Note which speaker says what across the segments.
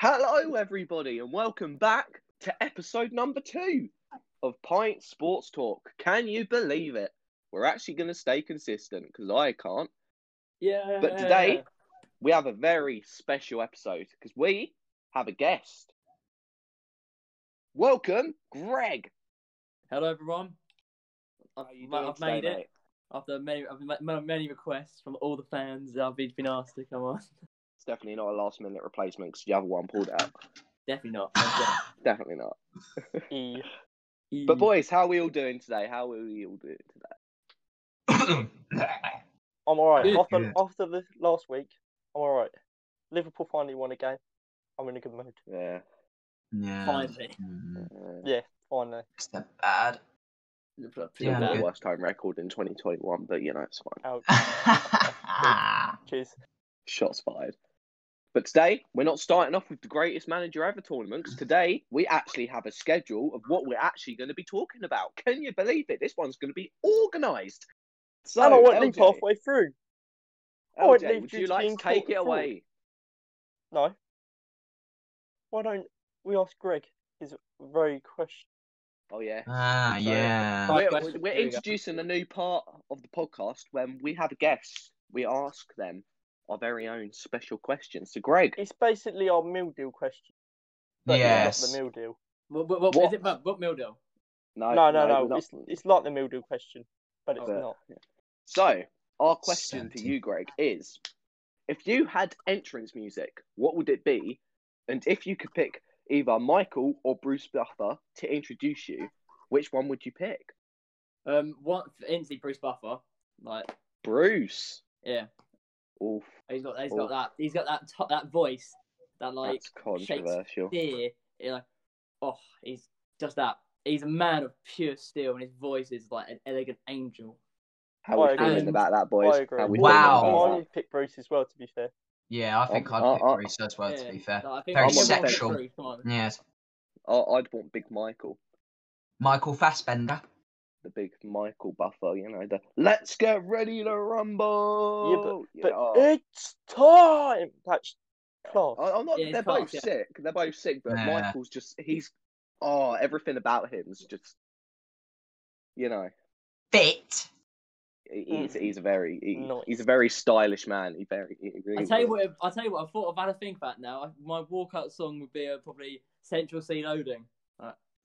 Speaker 1: Hello, everybody, and welcome back to episode number two of Pint Sports Talk. Can you believe it? We're actually going to stay consistent because I can't.
Speaker 2: Yeah.
Speaker 1: But today, we have a very special episode because we have a guest. Welcome, Greg.
Speaker 2: Hello, everyone. I've,
Speaker 1: How you
Speaker 2: ma-
Speaker 1: doing
Speaker 2: I've
Speaker 1: today,
Speaker 2: made it
Speaker 1: mate?
Speaker 2: after many, I've ma- ma- many requests from all the fans. that I've been been asked to come on.
Speaker 1: It's definitely not a last minute replacement because the other one pulled out.
Speaker 2: Definitely not. Okay.
Speaker 1: Definitely not.
Speaker 2: E-
Speaker 1: But, boys, how are we all doing today? How are we all doing today?
Speaker 3: I'm
Speaker 4: I'm all right.
Speaker 2: Good.
Speaker 4: After,
Speaker 3: Good.
Speaker 4: after the last week, I'm all right. Liverpool finally won a game. I'm in a good mood.
Speaker 1: Yeah.
Speaker 3: Yeah.
Speaker 2: Finally.
Speaker 3: Mm,
Speaker 1: yeah.
Speaker 4: Finally.
Speaker 3: It's not bad.
Speaker 2: Liverpool.
Speaker 1: Still
Speaker 3: Yeah,
Speaker 1: got
Speaker 3: good.
Speaker 1: the worst home record in 2021, but you know, it's fine.
Speaker 4: Ouch.
Speaker 3: Ah,
Speaker 4: Cheers.
Speaker 1: Shots fired. But today, we're not starting off with the greatest manager ever tournament
Speaker 2: Mm.
Speaker 1: 'cause today we actually have a schedule of what we're actually going to be talking about. Can you believe it? This one's going to be organised. So,
Speaker 4: and I won't leave
Speaker 1: LJ,
Speaker 4: halfway through. I won't
Speaker 1: LJ,
Speaker 4: leave
Speaker 1: would
Speaker 4: due
Speaker 1: you
Speaker 4: to
Speaker 1: like to
Speaker 4: being
Speaker 1: take
Speaker 4: caught
Speaker 1: it away?
Speaker 4: No. Why don't we ask Greg his very question?
Speaker 1: Oh, yeah.
Speaker 2: Uh,
Speaker 3: Ah, yeah.
Speaker 2: Right,
Speaker 1: We're,
Speaker 2: question.
Speaker 1: we're- we're
Speaker 2: Here we go.
Speaker 1: introducing a new part of the podcast when we have a guest. We ask them our very own special questions. So, Greg,
Speaker 4: It's basically our meal deal question. but it's Not
Speaker 3: Yes.
Speaker 4: the meal deal.
Speaker 2: What, what, what,
Speaker 1: What?
Speaker 2: is it about Book Mildo?
Speaker 1: no,
Speaker 4: no, no,
Speaker 1: we're
Speaker 4: no.
Speaker 1: not- Uh,
Speaker 4: It's, it's like the meal deal question, but it's
Speaker 1: But-
Speaker 4: not.
Speaker 1: So, our question to
Speaker 3: Sentence.
Speaker 1: you, Greg, is if you had entrance music, what would it be? And if you could pick either Michael or Bruce Buffer to introduce you, which one would you pick?
Speaker 2: Um, one instantly Bruce Buffer. Like,
Speaker 1: Bruce.
Speaker 2: yeah,
Speaker 1: Oof,
Speaker 2: he's got, he's
Speaker 1: Oh.
Speaker 2: got that, he's got that, to- that voice, that like
Speaker 1: that's controversial.
Speaker 2: deer. You're like, oh, he's just that. He's a man of pure steel, and his voice is like an elegant angel.
Speaker 1: How are we
Speaker 4: I
Speaker 1: feeling
Speaker 2: agree.
Speaker 1: about that,
Speaker 4: I
Speaker 1: boys?
Speaker 4: agree.
Speaker 1: How we
Speaker 3: Wow.
Speaker 1: feeling
Speaker 4: I
Speaker 1: about
Speaker 4: would pick Bruce as well, to be fair.
Speaker 3: Yeah, I think
Speaker 1: Um,
Speaker 3: I'd pick
Speaker 1: uh, uh,
Speaker 3: Bruce as well, to be fair.
Speaker 2: Like, I think
Speaker 3: Very
Speaker 2: I'm on board
Speaker 3: sexual.
Speaker 2: with Bruce, come on.
Speaker 3: Yes.
Speaker 1: that? I- I'd want Big Michael,
Speaker 3: Michael Fassbender.
Speaker 1: the Big Michael Buffer, you know, the let's get ready to rumble.
Speaker 4: But
Speaker 1: Yeah, oh.
Speaker 4: it's time. That's class.
Speaker 1: I- I'm not.
Speaker 2: Yeah, he's
Speaker 1: they're
Speaker 2: class,
Speaker 1: both
Speaker 2: yeah.
Speaker 1: sick. They're both sick, but
Speaker 3: Yeah.
Speaker 1: Michael's just he's oh everything about him's just you know
Speaker 3: Fit.
Speaker 1: he- he's he's a very he-
Speaker 4: Hmm. Nice.
Speaker 1: he's a very stylish man. He very he really
Speaker 2: I tell you
Speaker 1: was.
Speaker 2: what, I tell you what, I thought I've had a think about now. I, my walkout song would be uh, probably Central Sea Loading.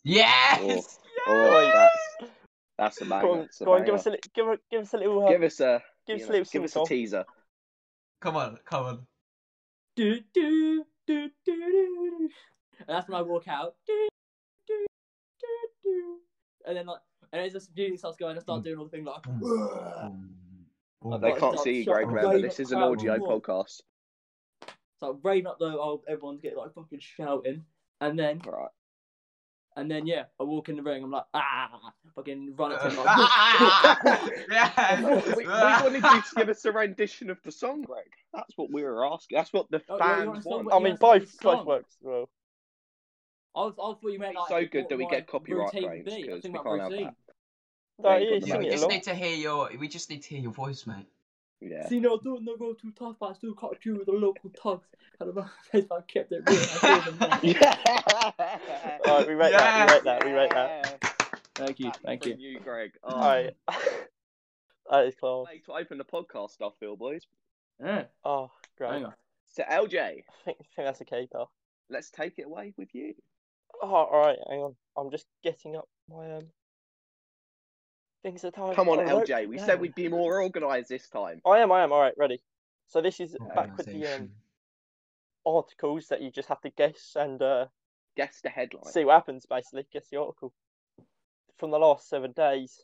Speaker 3: Yes.
Speaker 1: Oh, that's that's the
Speaker 4: Go on,
Speaker 1: man.
Speaker 4: go on, give us a li- give, a, give us a little uh,
Speaker 1: give us a
Speaker 4: give
Speaker 1: you
Speaker 4: us a
Speaker 1: know,
Speaker 4: little
Speaker 1: give us a
Speaker 4: sing-song.
Speaker 1: teaser.
Speaker 3: Come on, come on.
Speaker 2: Do do do do do. And that's when I walk out. Do do do do. And then like, and it's just music starts going. I
Speaker 1: Mm.
Speaker 2: start doing all the things like.
Speaker 1: They
Speaker 2: Right,
Speaker 1: can't
Speaker 2: stop,
Speaker 1: see you,
Speaker 2: stop,
Speaker 1: Greg.
Speaker 3: stop.
Speaker 1: Remember,
Speaker 2: Wave
Speaker 1: this
Speaker 2: at
Speaker 1: is an
Speaker 2: crowd,
Speaker 1: audio
Speaker 2: what?
Speaker 1: podcast.
Speaker 2: So like, rain up though, oh, everyone's getting like fucking shouting, and then
Speaker 1: All right.
Speaker 2: and then yeah, I walk in the ring. I'm like ah, fucking run up to him.
Speaker 3: Ah,
Speaker 2: Like,
Speaker 3: yes.
Speaker 1: we, we
Speaker 3: Ah.
Speaker 1: wanted you to give us a rendition of the song, Greg. That's what we were asking. That's what the
Speaker 2: Oh, yeah, you want a
Speaker 1: fans
Speaker 2: song,
Speaker 1: want.
Speaker 2: but
Speaker 4: I
Speaker 2: you
Speaker 4: mean,
Speaker 2: have to
Speaker 4: both
Speaker 2: do the
Speaker 4: both
Speaker 2: song.
Speaker 4: works as well.
Speaker 2: I, was, I thought you meant
Speaker 1: It's
Speaker 2: like
Speaker 1: so good
Speaker 2: what
Speaker 1: that we
Speaker 2: my
Speaker 1: get copyright
Speaker 2: routine
Speaker 1: claims
Speaker 2: would be. I
Speaker 1: because
Speaker 2: think
Speaker 1: we
Speaker 2: my
Speaker 1: can't have
Speaker 2: routine.
Speaker 1: that.
Speaker 4: No,
Speaker 1: Yeah,
Speaker 4: yeah,
Speaker 1: good
Speaker 3: Yeah,
Speaker 4: sing
Speaker 3: we
Speaker 4: it
Speaker 3: just
Speaker 4: along.
Speaker 3: need to hear your. We just need to hear your voice, mate.
Speaker 1: Yeah.
Speaker 2: See, no, I don't know go too tough, but I still caught you with the local tugs. I don't know if I kept it real. I gave them that.
Speaker 1: Yeah.
Speaker 4: All right, we rate that. We rate that. We rate that.
Speaker 2: Thank you, thank
Speaker 1: from
Speaker 2: you.
Speaker 1: you, Greg. Oh,
Speaker 4: All right, that is class.
Speaker 1: way to open the podcast, I feel, boys.
Speaker 2: Yeah,
Speaker 4: Oh, great.
Speaker 2: hang on.
Speaker 1: So, LJ,
Speaker 4: I think I think that's a keeper.
Speaker 1: let's take it away with you.
Speaker 4: Oh, all right, hang on. I'm just getting up my um things that I
Speaker 1: Come on,
Speaker 4: I wrote
Speaker 1: LJ. We said
Speaker 4: down.
Speaker 1: we'd be more organised this time.
Speaker 4: I am. I am. All right, ready. So this is back with the um,
Speaker 3: Organisation.
Speaker 4: articles that you just have to guess and uh,
Speaker 1: Guess the headline.
Speaker 4: see what happens. Basically, guess the article. From the last seven days,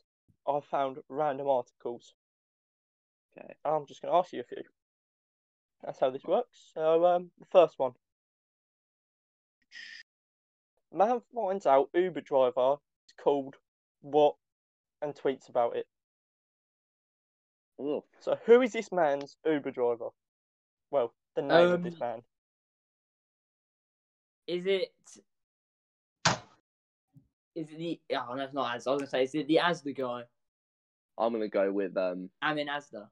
Speaker 4: I found random articles.
Speaker 1: Okay.
Speaker 4: I'm just going to ask you a few. That's how this works. So, um, the first one. Man finds out Uber driver is called what and tweets about it.
Speaker 1: Ugh.
Speaker 4: So, who is this man's Uber driver? Well, the name of this
Speaker 2: Um,
Speaker 4: man.
Speaker 2: Is it. Is it the. Oh, no, it's not Asda. I was going to say, is it the Asda guy?
Speaker 1: I'm going to go with um,
Speaker 2: I'm in Asda. Something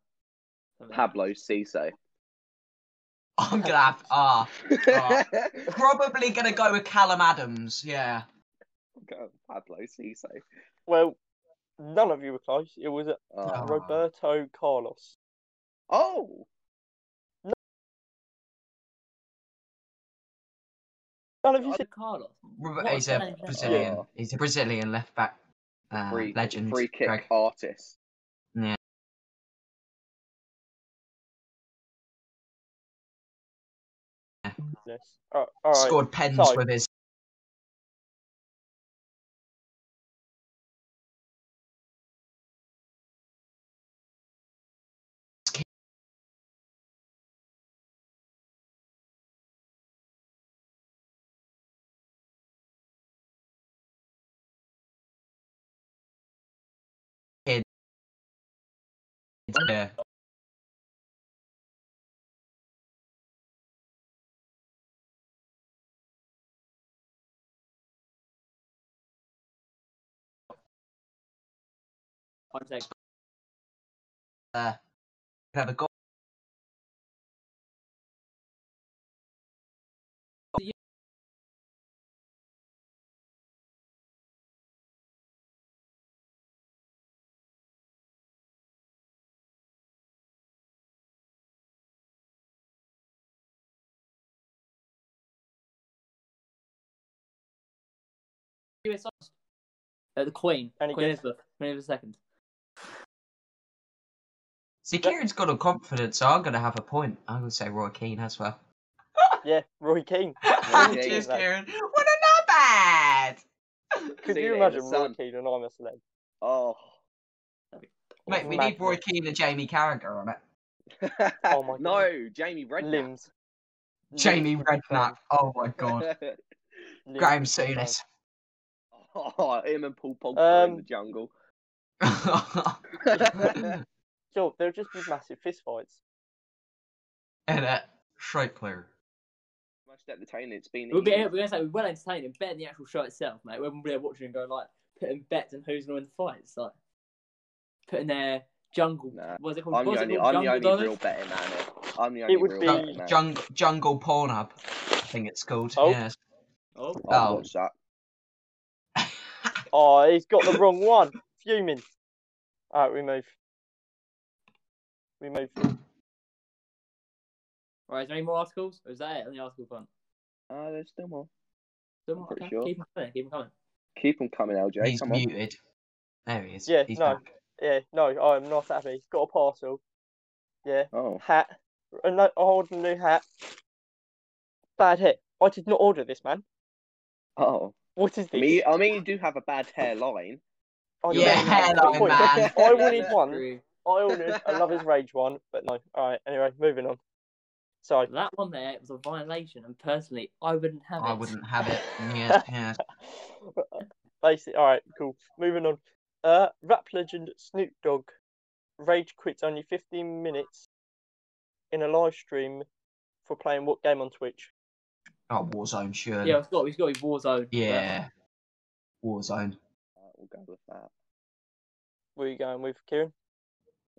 Speaker 2: like that.
Speaker 1: Pablo Cisse.
Speaker 3: I'm gonna have ah Oh. probably gonna go with Callum Adams. Yeah.
Speaker 1: Go, Pablo Ciso.
Speaker 4: Well, none of you were close. It was uh,
Speaker 1: Oh.
Speaker 4: Roberto Carlos.
Speaker 1: oh,
Speaker 4: None of you said
Speaker 2: Carlos.
Speaker 3: Rob-
Speaker 2: What
Speaker 3: He's
Speaker 2: a
Speaker 3: a
Speaker 2: talent.
Speaker 3: Brazilian.
Speaker 1: Yeah.
Speaker 3: He's a Brazilian left back uh,
Speaker 1: free,
Speaker 3: legend.
Speaker 1: free kick
Speaker 3: Greg.
Speaker 1: artist.
Speaker 3: Yeah.
Speaker 4: this. All all right.
Speaker 3: Scored pens
Speaker 4: so-
Speaker 3: with his. Yeah.
Speaker 2: One second.
Speaker 3: Uh, have a go.
Speaker 2: US artist. Uh, the Queen.
Speaker 4: And he
Speaker 2: Queen
Speaker 4: gets-
Speaker 2: Elizabeth. Queen Elizabeth second.
Speaker 3: See, Kieran's got a confidence, so I'm gonna have a point. I'm gonna say Roy Keane as well.
Speaker 4: Yeah, Roy Keane.
Speaker 1: Roy Keane.
Speaker 3: Cheers, Kieran. What a not bad.
Speaker 4: Could
Speaker 1: Seen it
Speaker 4: you
Speaker 1: in
Speaker 4: imagine
Speaker 1: the
Speaker 4: Roy
Speaker 1: sun.
Speaker 4: Keane and I'm a celeb?
Speaker 1: Oh,
Speaker 3: Mate, we need Roy Keane and Jamie Carragher on it.
Speaker 4: Oh my
Speaker 1: no, Jamie Redknapp.
Speaker 4: Limbs.
Speaker 3: Jamie
Speaker 4: Limbs would be
Speaker 3: Redknapp. Oh my god.
Speaker 4: banned.
Speaker 3: Graham
Speaker 4: Limbs would be
Speaker 3: Souness.
Speaker 1: oh, him and Paul Pogba in
Speaker 4: Um,
Speaker 1: the jungle.
Speaker 3: In
Speaker 4: banned. Sure, there'll just be massive fistfights.
Speaker 3: it, straight clear.
Speaker 1: Most entertaining it's been.
Speaker 2: It would be,
Speaker 1: in
Speaker 2: we're going to say we're well entertaining, better than the actual show itself, mate. When we're watching and going like putting bets on who's going to win the fight. It's like putting their jungle.
Speaker 1: Nah,
Speaker 2: What's it called?
Speaker 1: I'm the
Speaker 2: What's it
Speaker 1: only,
Speaker 2: called?
Speaker 1: I'm the
Speaker 2: Jungle
Speaker 1: only
Speaker 2: Dollars?
Speaker 1: real betting man. here. I'm the only
Speaker 4: would
Speaker 1: real
Speaker 4: be-
Speaker 1: betting man.
Speaker 3: Jung, jungle Pornhub, I think it's called.
Speaker 4: Oh.
Speaker 3: Yes.
Speaker 2: Oh,
Speaker 1: I'll
Speaker 3: Oh.
Speaker 1: watch that.
Speaker 4: Oh, he's got the wrong one. Fuming. Alright, we move. We move.
Speaker 2: right. Is there any more articles? Or is that it on the article front?
Speaker 1: Ah, there's still more.
Speaker 2: Some more,
Speaker 1: Pretty
Speaker 2: okay.
Speaker 1: sure.
Speaker 2: Keep them coming. Keep them coming.
Speaker 1: Keep them coming, LJ.
Speaker 3: He's
Speaker 1: Come on.
Speaker 3: muted. There he is.
Speaker 4: Yeah,
Speaker 3: He's
Speaker 4: no.
Speaker 3: back.
Speaker 4: Yeah, no, I'm not happy. Got a parcel. Yeah.
Speaker 1: Oh,
Speaker 4: Hat. A no, I ordered a new hat. Bad hit. I did not order this, man.
Speaker 1: oh.
Speaker 4: What is
Speaker 1: I
Speaker 4: this?
Speaker 1: mean, I mean, you do have a bad hairline.
Speaker 4: I
Speaker 3: Yeah,
Speaker 4: don't have a
Speaker 3: hairline,
Speaker 4: point.
Speaker 3: man.
Speaker 4: I wanted one.
Speaker 2: Screw
Speaker 4: I ordered a Love is Rage one, but no. All right. Anyway, moving on. So
Speaker 2: That one there it was a violation, and personally, I wouldn't have it.
Speaker 3: I wouldn't have it. Yes, yes.
Speaker 4: basically, all right, cool. Moving on. Uh, rap legend Snoop Dogg rage quits only 15 minutes in a live stream for playing what game on Twitch?
Speaker 3: Oh, Warzone, surely.
Speaker 2: Yeah,
Speaker 3: Yeah.
Speaker 2: it's got, it's got to be Warzone.
Speaker 3: Warzone.
Speaker 1: Uh, we'll go with that.
Speaker 4: Where are you going with Kieran?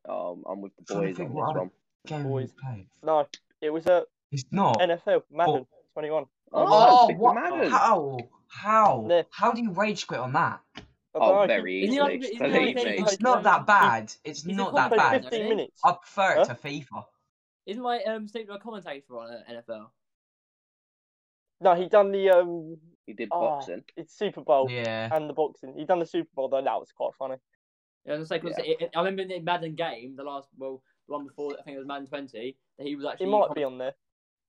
Speaker 1: Um, I'm with the
Speaker 3: Trying to
Speaker 1: boys
Speaker 3: think
Speaker 1: on this
Speaker 3: what other-
Speaker 1: one.
Speaker 3: Game
Speaker 4: Boys.
Speaker 3: we played.
Speaker 4: No, it was uh, a
Speaker 3: It's not.
Speaker 4: NFL Madden 21.
Speaker 1: Oh, it's Madden.
Speaker 3: How? How?
Speaker 4: No.
Speaker 3: How do you rage quit on that?
Speaker 4: I don't know,
Speaker 1: Oh,
Speaker 4: I think-
Speaker 1: very
Speaker 2: Isn't it
Speaker 1: easily.
Speaker 2: like- isn't it like
Speaker 1: Believe
Speaker 2: they-
Speaker 1: me.
Speaker 4: like-
Speaker 3: It's not that bad. It's
Speaker 2: Is it
Speaker 3: not
Speaker 4: I
Speaker 3: that
Speaker 2: called
Speaker 4: played
Speaker 2: bad.
Speaker 4: 15
Speaker 2: really?
Speaker 4: minutes.
Speaker 3: I prefer
Speaker 4: Huh?
Speaker 3: it to FIFA.
Speaker 2: Isn't my um Snoop Dogg commentator on uh, NFL?
Speaker 4: No, he done the um,
Speaker 1: He did
Speaker 4: Oh.
Speaker 1: boxing.
Speaker 4: it's Super Bowl
Speaker 3: Yeah.
Speaker 4: and the boxing. He done the Super Bowl though. That was quite funny.
Speaker 2: Yeah, I, was gonna say, 'cause it- it- I remember in the Madden game, the last, well, the one before, I think it was Madden 20, that he was
Speaker 4: He
Speaker 2: actually.
Speaker 4: might be
Speaker 2: comment-
Speaker 4: on there.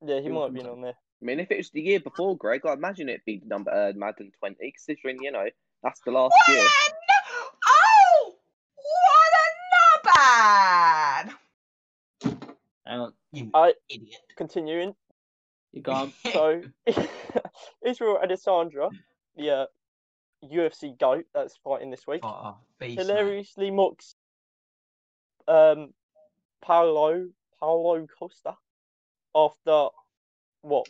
Speaker 4: Yeah, he
Speaker 2: He was
Speaker 4: might
Speaker 2: on
Speaker 4: be on there.
Speaker 1: I mean, if it was the year before, Greg, I imagine it'd be number uh, Madden 20, considering, you know, Oh, that's the last
Speaker 3: What a
Speaker 1: year.
Speaker 3: n- oh! What a nubbad!
Speaker 2: Hang on,
Speaker 3: You
Speaker 4: I-
Speaker 3: idiot.
Speaker 4: Continuing.
Speaker 2: you can't.
Speaker 4: So Israel Adesandra, the uh, UFC goat that's fighting this week,
Speaker 3: What a beast, mate.
Speaker 4: hilariously mocks um Paolo Paolo Costa after what?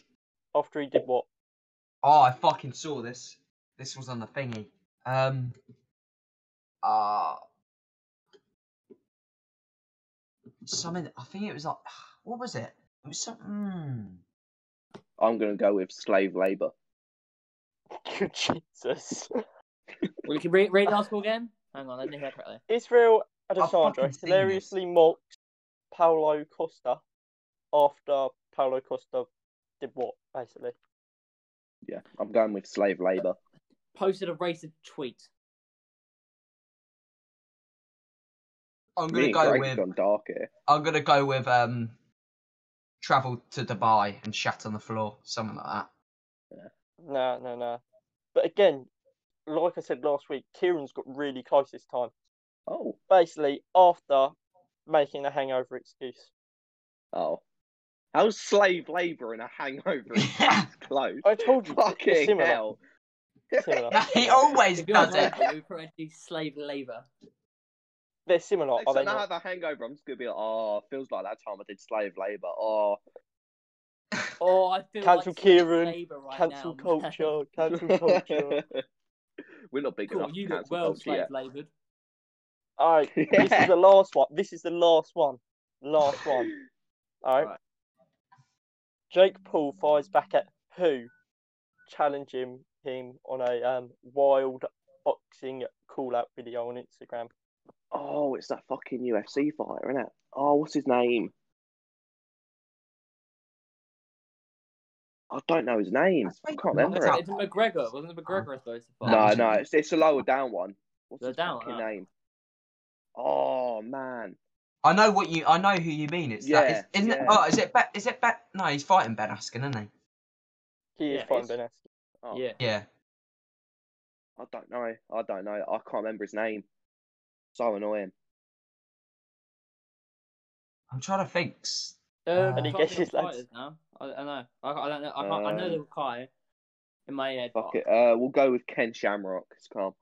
Speaker 4: After he did what?
Speaker 3: Oh, I fucking saw this. This was on the thingy. Um. Uh. Something. I think it was like. What was it? It was some. Mm,
Speaker 1: I'm going to go with slave labor.
Speaker 4: Jesus.
Speaker 2: Well, you can read, read the article again. Hang on, I didn't hear that correctly.
Speaker 4: Israel
Speaker 3: fucking
Speaker 4: Adesanya
Speaker 3: seen
Speaker 4: hilariously mocked Paulo Costa after Paulo Costa did what, basically?
Speaker 1: Yeah, I'm going with slave labor.
Speaker 2: Posted a racist tweet.
Speaker 3: I'm
Speaker 1: Me
Speaker 3: gonna
Speaker 1: and
Speaker 3: go
Speaker 1: Greg have
Speaker 3: with.
Speaker 1: gone dark here.
Speaker 3: I'm gonna go with um. Travel to Dubai and shat on the floor, something like that.
Speaker 4: No, no, no. But again, like I said last week, Kieran's got really close this time.
Speaker 1: Oh,
Speaker 4: Basically, after making a hangover excuse.
Speaker 1: oh. How's slave labor and a hangover close?
Speaker 4: I told you, it's
Speaker 1: Fucking
Speaker 4: similar.
Speaker 1: hell.
Speaker 4: similar.
Speaker 3: he always
Speaker 2: If you're
Speaker 3: does it.
Speaker 2: American, you would probably do slave labour.
Speaker 4: They're similar,
Speaker 1: Next
Speaker 4: Oh, are they
Speaker 1: time I have
Speaker 4: not?
Speaker 1: a hangover, I'm just going to be like, oh, feels like that time I did slave labor. Oh,
Speaker 2: Oh, I feel
Speaker 4: Cancel
Speaker 2: like slave
Speaker 4: Kieran,
Speaker 2: labour right
Speaker 4: Cancel
Speaker 2: now.
Speaker 4: culture, cancel culture.
Speaker 1: We're not big
Speaker 2: Cool,
Speaker 1: enough.
Speaker 2: you
Speaker 1: to
Speaker 2: got
Speaker 1: cancel
Speaker 2: well
Speaker 1: culture
Speaker 2: slave
Speaker 1: yet.
Speaker 2: laboured.
Speaker 4: All right, this is
Speaker 1: Yeah.
Speaker 4: the last one. This is the last one. Last one. All right.
Speaker 2: Right.
Speaker 4: Jake Paul fires back at who challenging him on a um, wild boxing call out video on Instagram.
Speaker 1: Oh, it's that fucking UFC fighter, isn't it? Oh, what's his name? I don't know his name. I can't remember
Speaker 3: Right.
Speaker 1: it.
Speaker 2: It's McGregor. Wasn't it McGregor I suppose?
Speaker 1: No, no, it's, it's a lower down one. What's
Speaker 2: The
Speaker 1: his
Speaker 2: down
Speaker 1: fucking
Speaker 2: one, huh?
Speaker 1: name? Oh man,
Speaker 3: I know what you. I know who you mean. It's that.
Speaker 1: Yeah,
Speaker 3: Is, isn't it?
Speaker 1: yeah.
Speaker 3: Oh, is it? Be, is it? Be, no, he's fighting Ben Askren, isn't
Speaker 4: He
Speaker 2: Yeah,
Speaker 4: is fine,
Speaker 1: it's-
Speaker 4: Ben Askren.
Speaker 1: Oh,
Speaker 2: Yeah.
Speaker 3: he? Yeah.
Speaker 1: I don't know. I don't know. I can't remember his name. So annoying.
Speaker 3: I'm trying to think. S-
Speaker 2: Um,
Speaker 3: Any
Speaker 2: I'm trying to
Speaker 4: guesses,
Speaker 2: think of
Speaker 4: lads?
Speaker 2: fighters now. I, I don't know. I, I don't know. I, can't, I know
Speaker 1: Um,
Speaker 2: the guy in my head.
Speaker 1: Fuck it. Uh, we'll go with Ken Shamrock. It's calm.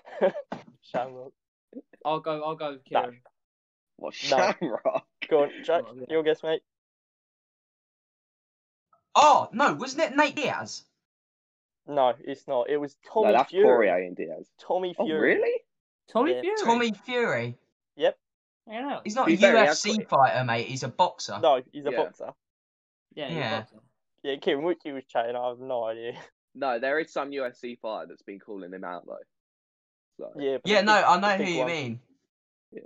Speaker 4: Shamrock.
Speaker 2: I'll go. I'll go with Kieran.
Speaker 1: What
Speaker 4: No.
Speaker 1: Shamrock?
Speaker 4: Go on, Jack.
Speaker 2: Oh, yeah.
Speaker 4: Your guess, mate.
Speaker 3: Oh no, wasn't it Nate Diaz?
Speaker 4: No, it's not. It was Tommy
Speaker 1: No, that's
Speaker 4: Fury.
Speaker 1: Poirier and Diaz.
Speaker 4: Tommy
Speaker 1: Oh,
Speaker 4: Fury.
Speaker 1: really?
Speaker 2: Tommy
Speaker 4: Yeah.
Speaker 2: Fury.
Speaker 3: Tommy Fury.
Speaker 2: I don't know.
Speaker 3: He's not
Speaker 1: He's
Speaker 3: a
Speaker 1: very
Speaker 3: UFC
Speaker 1: athletic.
Speaker 3: fighter, mate. He's a boxer.
Speaker 4: No, he's a
Speaker 1: Yeah.
Speaker 4: boxer.
Speaker 2: Yeah. he's
Speaker 3: Yeah.
Speaker 2: boxing.
Speaker 4: Yeah, Kieran, what you was chatting, I have no idea.
Speaker 1: No, there is some UFC fighter that's been calling him out though. So
Speaker 4: Yeah. but
Speaker 3: Yeah,
Speaker 4: the
Speaker 3: no,
Speaker 4: big-
Speaker 3: I
Speaker 4: the
Speaker 3: know
Speaker 4: big
Speaker 3: who you
Speaker 4: one.
Speaker 3: mean,
Speaker 1: yeah,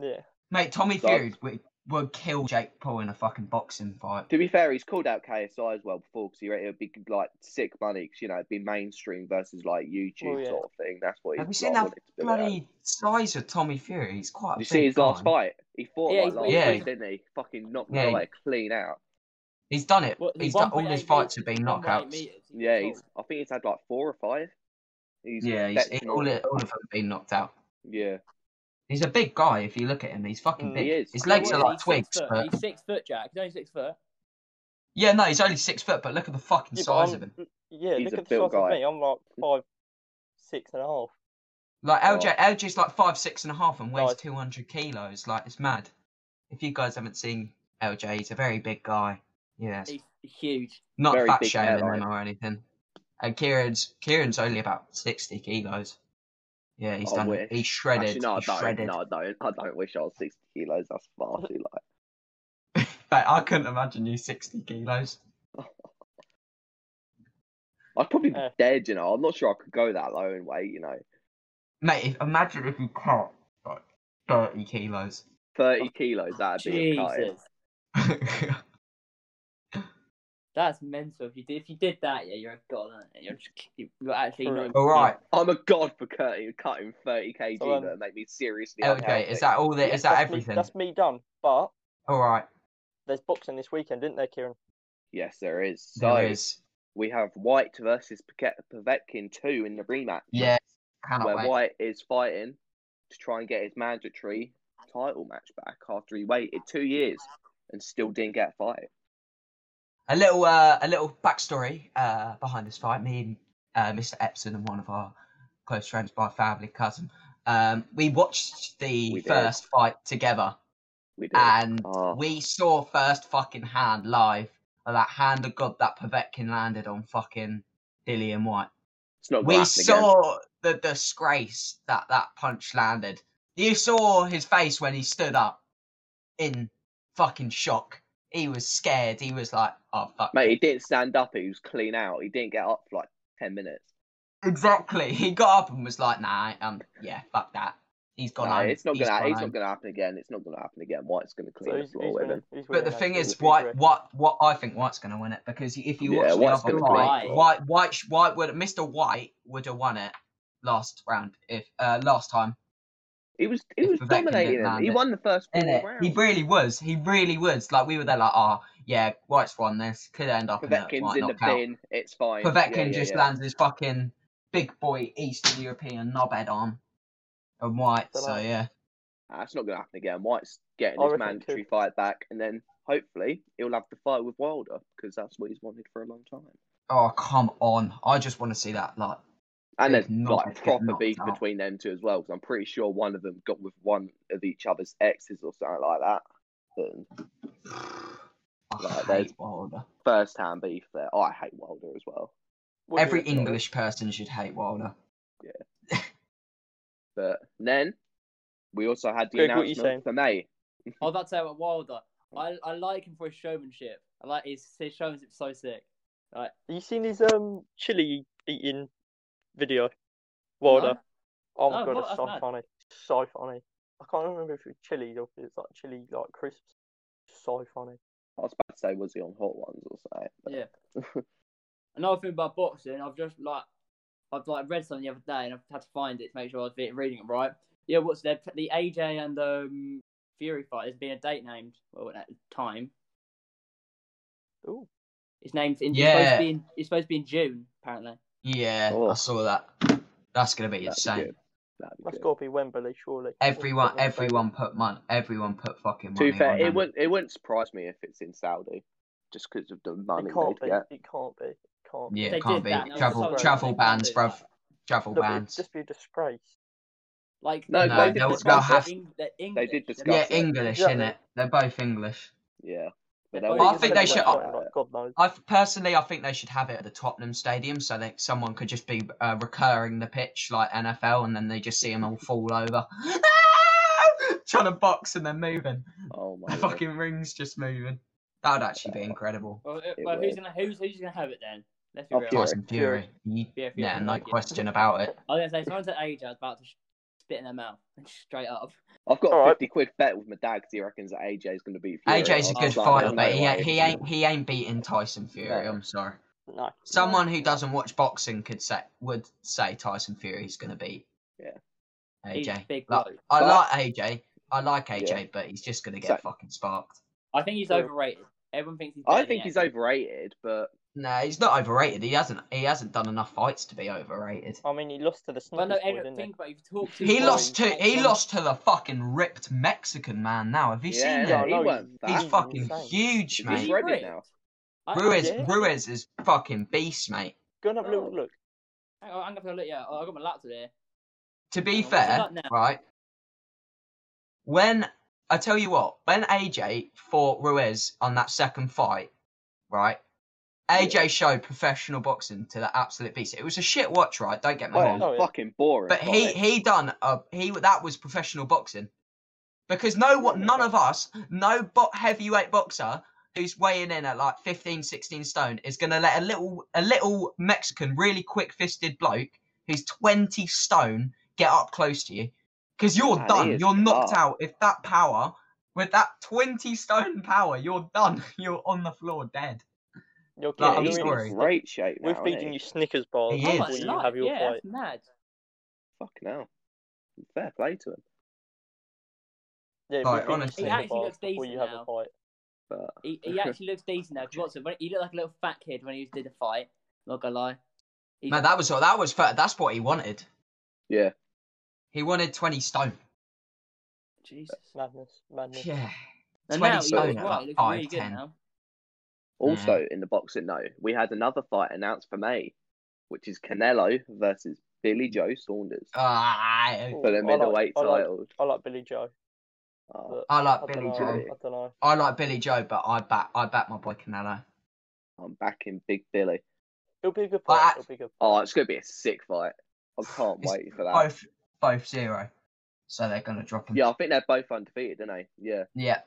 Speaker 4: Yeah.
Speaker 3: mate. Tommy
Speaker 1: So-
Speaker 3: Fury would, would kill Jake Paul in a fucking boxing fight.
Speaker 1: to be fair, he's called out KSI as well before because he reckon it'd be like sick money 'cause, you know it'd be mainstream versus like YouTube
Speaker 4: Oh, yeah.
Speaker 1: sort of thing. That's what he
Speaker 3: Have you
Speaker 1: like,
Speaker 3: seen that
Speaker 1: wanted to do it as.
Speaker 3: Bloody size of Tommy Fury. He's quite. A
Speaker 1: Did you
Speaker 3: big
Speaker 1: see his last
Speaker 3: guy.
Speaker 1: fight? He fought
Speaker 2: Yeah,
Speaker 1: like
Speaker 2: he's-
Speaker 1: last
Speaker 3: Yeah.
Speaker 1: week, didn't he? Fucking knocked
Speaker 3: Yeah.
Speaker 1: yeah. like clean out.
Speaker 3: He's done it.
Speaker 2: What,
Speaker 3: he's done all
Speaker 2: 1.8
Speaker 3: his fights have
Speaker 2: meters,
Speaker 3: been
Speaker 2: 1.8
Speaker 3: knockouts.
Speaker 2: meters, he's
Speaker 1: Yeah,
Speaker 2: tall.
Speaker 1: he's, I think he's had like four or five. He's
Speaker 3: Yeah, he's,
Speaker 1: exceptional.
Speaker 3: all, all of them have been knocked out.
Speaker 1: yeah.
Speaker 3: He's a big guy. If you look at him, he's fucking
Speaker 4: Mm.
Speaker 3: big.
Speaker 1: He is.
Speaker 3: His
Speaker 1: He
Speaker 3: legs
Speaker 1: is.
Speaker 3: are
Speaker 2: What is he,
Speaker 3: like
Speaker 2: six
Speaker 3: twigs,
Speaker 2: foot?
Speaker 3: but
Speaker 2: He's six foot, Jack. He's only six foot.
Speaker 3: yeah, no, he's only six foot. But look at the fucking
Speaker 4: Yeah, but
Speaker 3: size
Speaker 4: I'm-
Speaker 3: of him.
Speaker 4: Yeah,
Speaker 1: He's
Speaker 4: look
Speaker 1: a
Speaker 4: at the
Speaker 1: built
Speaker 4: size of
Speaker 1: guy.
Speaker 4: me. I'm like five, six and a half.
Speaker 3: Like LJ, LJ's like five six and a half and weighs
Speaker 4: Nice.
Speaker 3: two hundred kilos. Like it's mad. If you guys haven't seen LJ, he's a very big guy. Yes,
Speaker 2: He's huge.
Speaker 3: not
Speaker 1: very
Speaker 3: fat
Speaker 1: big
Speaker 3: shaming
Speaker 1: hairline.
Speaker 3: him or anything. And Kieran's Kieran's only about sixty kilos. Yeah, he's
Speaker 1: I
Speaker 3: done.
Speaker 1: wish.
Speaker 3: He's shredded.
Speaker 1: Actually, no, I
Speaker 3: he's
Speaker 1: don't.
Speaker 3: shredded.
Speaker 1: No, I don't. I don't wish I was sixty kilos. That's far too light.
Speaker 3: Mate, I couldn't imagine you sixty kilos.
Speaker 1: I'd probably be
Speaker 4: Yeah.
Speaker 1: dead. You know, I'm not sure I could go that low in weight. You know,
Speaker 3: Mate, if, imagine if you cut like thirty kilos.
Speaker 1: thirty kilos. That'd be a cut.
Speaker 2: Jesus, that's mental. If you did, if you did that, yeah, you're a god. aren't you? You're just, you're actually not.
Speaker 3: All right,
Speaker 1: I'm a god for cutting cutting thirty kg.
Speaker 4: So, um,
Speaker 1: that make me seriously.
Speaker 3: LJ,
Speaker 1: unhealthy.
Speaker 3: Oh, is that all? That
Speaker 4: Yeah,
Speaker 3: is that
Speaker 4: that's Me,
Speaker 3: everything?
Speaker 4: that's me done. But
Speaker 3: All right,
Speaker 4: there's boxing this weekend, didn't there, Kieran?
Speaker 1: Yes, there is. So
Speaker 3: there is.
Speaker 1: we have White versus Pake- Povetkin two in the rematch.
Speaker 3: Yeah, cannot
Speaker 1: where
Speaker 3: wait.
Speaker 1: White is fighting to try and get his mandatory title match back after he waited two years and still didn't get a fight.
Speaker 3: A little, uh, a little backstory uh, behind this fight. Me and uh, Mr. Epson and one of our close friends by family cousin. Um, we watched the
Speaker 1: We did.
Speaker 3: first fight together,
Speaker 1: We did.
Speaker 3: and
Speaker 1: Ah.
Speaker 3: we saw first fucking hand live. Of that hand of God that Povetkin landed on fucking Dillian White.
Speaker 1: it's not
Speaker 3: we
Speaker 1: going to happen again.
Speaker 3: saw the disgrace that that punch landed. You saw his face when he stood up in fucking shock. He was scared. He was like, oh, fuck.
Speaker 1: Mate, he didn't stand up. He was clean out. He didn't get up for like 10 minutes.
Speaker 3: Exactly. He got up and was like, nah, um, yeah, fuck that. He's gone
Speaker 1: No,
Speaker 3: home.
Speaker 1: it's not
Speaker 3: He's
Speaker 1: gonna.
Speaker 3: gone
Speaker 1: It's
Speaker 3: home.
Speaker 1: not gonna happen again. It's not gonna happen again. White's gonna clean
Speaker 4: So
Speaker 1: the
Speaker 4: he's, he's
Speaker 1: floor with
Speaker 4: winning.
Speaker 1: him.
Speaker 4: He's
Speaker 3: But
Speaker 4: winning
Speaker 3: the
Speaker 4: that
Speaker 3: thing
Speaker 4: still,
Speaker 3: is,
Speaker 4: if you
Speaker 3: White,
Speaker 4: correct.
Speaker 3: what, what I think White's going to win it because if you
Speaker 1: Yeah,
Speaker 3: watch
Speaker 1: White's
Speaker 3: the other
Speaker 1: gonna
Speaker 3: fight,
Speaker 2: clean it.
Speaker 3: White, White, sh- White would, Mister White would have won it last round if uh, last time.
Speaker 1: He was. He was
Speaker 3: Vivek didn't
Speaker 1: dominating him.
Speaker 3: land
Speaker 1: He
Speaker 3: it.
Speaker 1: won the first
Speaker 3: In
Speaker 1: four
Speaker 3: it, he
Speaker 1: rounds.
Speaker 3: really was. He really was. Like we were there, like, oh yeah, White's won this. Could end up in a
Speaker 1: Povetkin's
Speaker 3: White
Speaker 1: in the
Speaker 3: knockout.
Speaker 1: bin. It's fine. Yeah,
Speaker 3: Povetkin
Speaker 1: yeah,
Speaker 3: just
Speaker 1: yeah.
Speaker 3: lands his fucking big boy Eastern European knobhead arm on White.
Speaker 4: Dunno.
Speaker 3: So yeah,
Speaker 1: That's Uh, not gonna happen again. White's getting
Speaker 4: I
Speaker 1: his
Speaker 4: reckon it
Speaker 1: mandatory fight back, and then hopefully he'll have the fight with Wilder because that's what he's wanted for a long time.
Speaker 3: oh come on, I just want to see that. Like,
Speaker 1: And
Speaker 3: Big
Speaker 1: there's
Speaker 3: knob
Speaker 1: like
Speaker 3: get
Speaker 1: proper
Speaker 3: knocked
Speaker 1: beef
Speaker 3: out.
Speaker 1: between them two as well, because I'm pretty sure one of them got with one of each other's exes or something like that. And
Speaker 3: I
Speaker 1: Like, there's-
Speaker 3: hate Wilder.
Speaker 1: first hand beef there. Oh, I hate Wilder as well.
Speaker 4: What do you
Speaker 3: Every
Speaker 4: reckon?
Speaker 3: English person should hate Wilder.
Speaker 1: But then we also had the
Speaker 4: Greg, what you saying?
Speaker 1: announcement for May.
Speaker 2: I was about to say about Wilder. I, I like him for his showmanship. I like his, his showmanship so sick.
Speaker 4: Have you seen his um chili eating video? Wilder.
Speaker 2: No.
Speaker 4: Oh my
Speaker 2: No,
Speaker 4: god,
Speaker 2: what?
Speaker 4: it's
Speaker 2: That's
Speaker 4: so
Speaker 2: mad.
Speaker 4: funny. So funny. I can't remember if it was chili or if it's like chili like crisps. So funny.
Speaker 1: I was about to say, was he on Hot Ones or something? But
Speaker 2: Yeah. Another thing about boxing, I've just like I've like read something the other day and I've had to find it to make sure I was re- reading it right. Yeah, what's there? The AJ and um Fury fight. There's been a date named. Well, at the time
Speaker 4: Ooh.
Speaker 2: it's named. In, it's, supposed
Speaker 3: Yeah.
Speaker 2: to be in, it's supposed to be in June apparently.
Speaker 3: Yeah,
Speaker 1: Oh.
Speaker 3: I saw that. That's gonna be
Speaker 1: That'd be
Speaker 3: insane.
Speaker 1: good. That'd be
Speaker 4: That's
Speaker 1: good.
Speaker 4: gotta be Wembley, surely.
Speaker 3: Everyone,
Speaker 4: Wembley.
Speaker 3: everyone put money. Everyone put fucking
Speaker 1: To
Speaker 3: money.
Speaker 1: be fair,
Speaker 3: on
Speaker 1: it
Speaker 3: them.
Speaker 1: wouldn't it wouldn't surprise me if it's in Saudi, just because of the
Speaker 4: It
Speaker 1: money
Speaker 4: can't
Speaker 1: they
Speaker 4: be.
Speaker 1: get.
Speaker 4: It can't be. It can't be.
Speaker 3: Yeah,
Speaker 2: They
Speaker 3: it can't
Speaker 2: did
Speaker 3: be
Speaker 2: that, and I was
Speaker 3: travel
Speaker 4: so
Speaker 3: travel
Speaker 2: they can't
Speaker 3: bans,
Speaker 2: do
Speaker 3: bruv.
Speaker 2: that.
Speaker 3: Travel
Speaker 4: Look, it'd
Speaker 3: bans.
Speaker 4: just be a disgrace.
Speaker 2: Like
Speaker 1: No,
Speaker 3: No,
Speaker 1: they did
Speaker 3: they'll-
Speaker 1: discuss
Speaker 3: they'll
Speaker 1: it.
Speaker 3: have-
Speaker 2: Eng- they're
Speaker 1: They
Speaker 2: English.
Speaker 1: did
Speaker 2: They're
Speaker 1: discuss
Speaker 3: Yeah,
Speaker 1: it.
Speaker 3: English,
Speaker 4: Exactly.
Speaker 3: innit? They're both English.
Speaker 1: Yeah, but
Speaker 2: They're
Speaker 1: they'll
Speaker 2: both
Speaker 1: just
Speaker 3: I think they
Speaker 1: discuss
Speaker 3: should-
Speaker 1: it.
Speaker 4: Like, God knows.
Speaker 3: I personally, I think they should have it at the Tottenham Stadium, so that someone could just be uh, recurring the pitch like NFL, and then they just see them all fall over, trying to box and they're moving.
Speaker 1: Oh my
Speaker 3: The
Speaker 1: lord.
Speaker 3: fucking rings just moving. That would actually be incredible.
Speaker 2: Well, it-
Speaker 1: It
Speaker 2: well who's
Speaker 1: would.
Speaker 2: gonna who's who's gonna have it then? Let's be
Speaker 1: Oh,
Speaker 2: real.
Speaker 1: Fury.
Speaker 3: Tyson Fury. You,
Speaker 2: Yeah, Fury,
Speaker 3: yeah, no
Speaker 2: thank you.
Speaker 3: question about it.
Speaker 2: I was gonna say someone said AJ. I was about to sh- spit in their mouth straight up.
Speaker 1: I've got a
Speaker 4: All right.
Speaker 1: fifty quid bet with my dad because he reckons that AJ's going to beat Fury.
Speaker 3: AJ's a
Speaker 1: I was
Speaker 3: good
Speaker 1: like,
Speaker 3: fighter,
Speaker 1: "There's
Speaker 3: but
Speaker 1: no
Speaker 3: he ain't,
Speaker 1: way."
Speaker 3: he ain't he ain't beating Tyson Fury.
Speaker 1: No.
Speaker 3: I'm sorry.
Speaker 4: No.
Speaker 3: Someone who doesn't watch boxing could say would say Tyson Fury's going to beat.
Speaker 1: Yeah.
Speaker 3: AJ.
Speaker 2: He's a big
Speaker 3: Like,
Speaker 2: bloke.
Speaker 3: I
Speaker 1: But-
Speaker 3: like AJ. I like AJ,
Speaker 1: Yeah.
Speaker 3: but he's just going to get
Speaker 1: So-
Speaker 3: fucking sparked.
Speaker 2: I think he's
Speaker 4: True.
Speaker 2: overrated. Everyone thinks he's.
Speaker 1: I
Speaker 2: better
Speaker 1: think
Speaker 2: than
Speaker 1: he's
Speaker 2: he is.
Speaker 1: overrated, but
Speaker 3: No, he's not overrated. He hasn't he hasn't done enough fights to be overrated.
Speaker 4: I mean, he lost to the
Speaker 2: But
Speaker 4: Snickers
Speaker 2: no,
Speaker 4: boy,
Speaker 2: everyone
Speaker 4: didn't he?
Speaker 2: think about it, if you talk to.
Speaker 3: He
Speaker 4: Well,
Speaker 3: lost
Speaker 4: he's
Speaker 3: to he
Speaker 4: awesome.
Speaker 3: lost to the fucking ripped Mexican man. Now have you
Speaker 1: Yeah,
Speaker 3: seen
Speaker 1: yeah,
Speaker 3: him?
Speaker 1: he
Speaker 4: no,
Speaker 1: weren't
Speaker 4: he's-
Speaker 1: fat.
Speaker 3: He's
Speaker 4: he's
Speaker 3: fucking
Speaker 4: insane.
Speaker 3: huge,
Speaker 1: He's
Speaker 3: mate.
Speaker 1: shredded now.
Speaker 2: I,
Speaker 3: Ruiz
Speaker 4: Yeah.
Speaker 3: Ruiz is fucking beast, mate.
Speaker 4: Go and have a little
Speaker 1: Oh.
Speaker 4: look.
Speaker 2: hang on, I'm gonna have a look. Yeah, I got my laptop here.
Speaker 3: To be
Speaker 4: Oh,
Speaker 3: fair,
Speaker 2: what's it like now?
Speaker 3: right? When I tell you what, when AJ fought Ruiz on that second fight, right? AJ showed professional boxing to the absolute beast. It was a shit watch, right? Don't get me
Speaker 1: Oh, it
Speaker 3: wrong.
Speaker 1: was
Speaker 4: Oh, yeah.
Speaker 1: fucking boring.
Speaker 3: But he
Speaker 1: fight.
Speaker 3: he done a he that was professional boxing because no what none of us no bo- heavyweight boxer who's weighing in at like 15 16 stone is going to let a little a little mexican really quick fisted bloke who's 20 stone get up close to you because you're
Speaker 1: Man, he
Speaker 3: done
Speaker 1: is
Speaker 3: you're knocked
Speaker 1: tough.
Speaker 3: out if that power with that 20 stone power you're done you're on the floor dead
Speaker 4: You're
Speaker 3: No,
Speaker 1: yeah,
Speaker 3: I'm
Speaker 4: kidding.
Speaker 1: he's in
Speaker 3: sorry.
Speaker 1: great shape now.
Speaker 4: We're
Speaker 1: isn't
Speaker 4: feeding
Speaker 1: he?
Speaker 4: you Snickers bars
Speaker 3: He
Speaker 2: Oh
Speaker 4: before
Speaker 2: my
Speaker 3: is.
Speaker 4: you
Speaker 2: life,
Speaker 4: have your
Speaker 2: yeah,
Speaker 4: fight.
Speaker 2: that's mad.
Speaker 1: Fucking hell. Fair play to him.
Speaker 4: Yeah,
Speaker 3: Like,
Speaker 4: we're feeding
Speaker 2: He
Speaker 3: honestly.
Speaker 4: you Snickers
Speaker 2: actually
Speaker 4: bars
Speaker 2: looks
Speaker 4: before you
Speaker 2: decent
Speaker 4: have
Speaker 2: now.
Speaker 4: a fight.
Speaker 1: But
Speaker 2: He, he actually looks decent now. 'cause What's it? When he looked like a little fat kid when he did the fight. Not gonna lie. He's-
Speaker 3: man that was that was fair. that's what he wanted
Speaker 1: yeah,
Speaker 3: he wanted 20 stone
Speaker 2: Jesus.
Speaker 4: Madness, madness.
Speaker 3: yeah
Speaker 2: And
Speaker 3: 20
Speaker 2: now he
Speaker 3: stone
Speaker 2: looks
Speaker 3: at
Speaker 2: right. He
Speaker 3: like
Speaker 2: looks really
Speaker 3: 5
Speaker 2: good
Speaker 3: 10
Speaker 2: now.
Speaker 3: Mm.
Speaker 1: also in the boxing, though, we had another fight announced for May, which is Canelo versus Billy Joe Saunders
Speaker 3: Ah,
Speaker 4: Ooh,
Speaker 1: for the
Speaker 4: I like-
Speaker 1: middleweight
Speaker 4: I like-
Speaker 1: title.
Speaker 4: I like Billy Joe.
Speaker 1: Oh,
Speaker 3: I like
Speaker 4: I don't
Speaker 3: Billy
Speaker 4: know.
Speaker 3: Joe.
Speaker 1: Joe.
Speaker 4: I don't know.
Speaker 3: I like Billy Joe, but I back I back my boy Canelo.
Speaker 1: I'm backing Big Billy.
Speaker 4: It'll be a good
Speaker 3: But I-
Speaker 4: fight. It'll be a good.
Speaker 1: Oh, it's going to be a sick fight. I can't
Speaker 3: It's
Speaker 1: wait for that.
Speaker 3: Both both zero, so they're gonna drop him.
Speaker 1: Yeah, I think they're both undefeated, aren't they? Yeah.
Speaker 3: Yeah.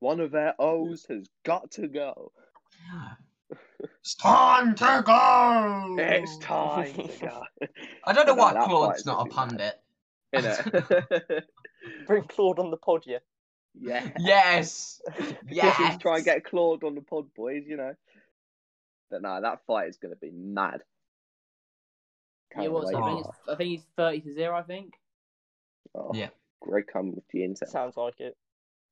Speaker 1: One of their O's has got to go.
Speaker 3: It's time to go.
Speaker 1: It's time to go.
Speaker 3: Oh. I don't know
Speaker 1: No,
Speaker 3: why
Speaker 1: that
Speaker 3: Claude's
Speaker 1: fight's
Speaker 3: not a
Speaker 1: gonna be
Speaker 3: pundit.
Speaker 1: Innit?
Speaker 4: Bring Claude on the pod, yeah.
Speaker 1: yeah.
Speaker 3: Yes. Yes.
Speaker 1: Try and get Claude on the pod, boys, you know. But no, that fight is going to be mad.
Speaker 2: Yeah,
Speaker 1: Can't
Speaker 2: what's
Speaker 1: wait.
Speaker 2: I think
Speaker 3: Oh.
Speaker 2: it's I think it's thirty to zero. I think.
Speaker 1: Oh,
Speaker 3: Yeah.
Speaker 1: Greg coming with the intel.
Speaker 4: Sounds like it.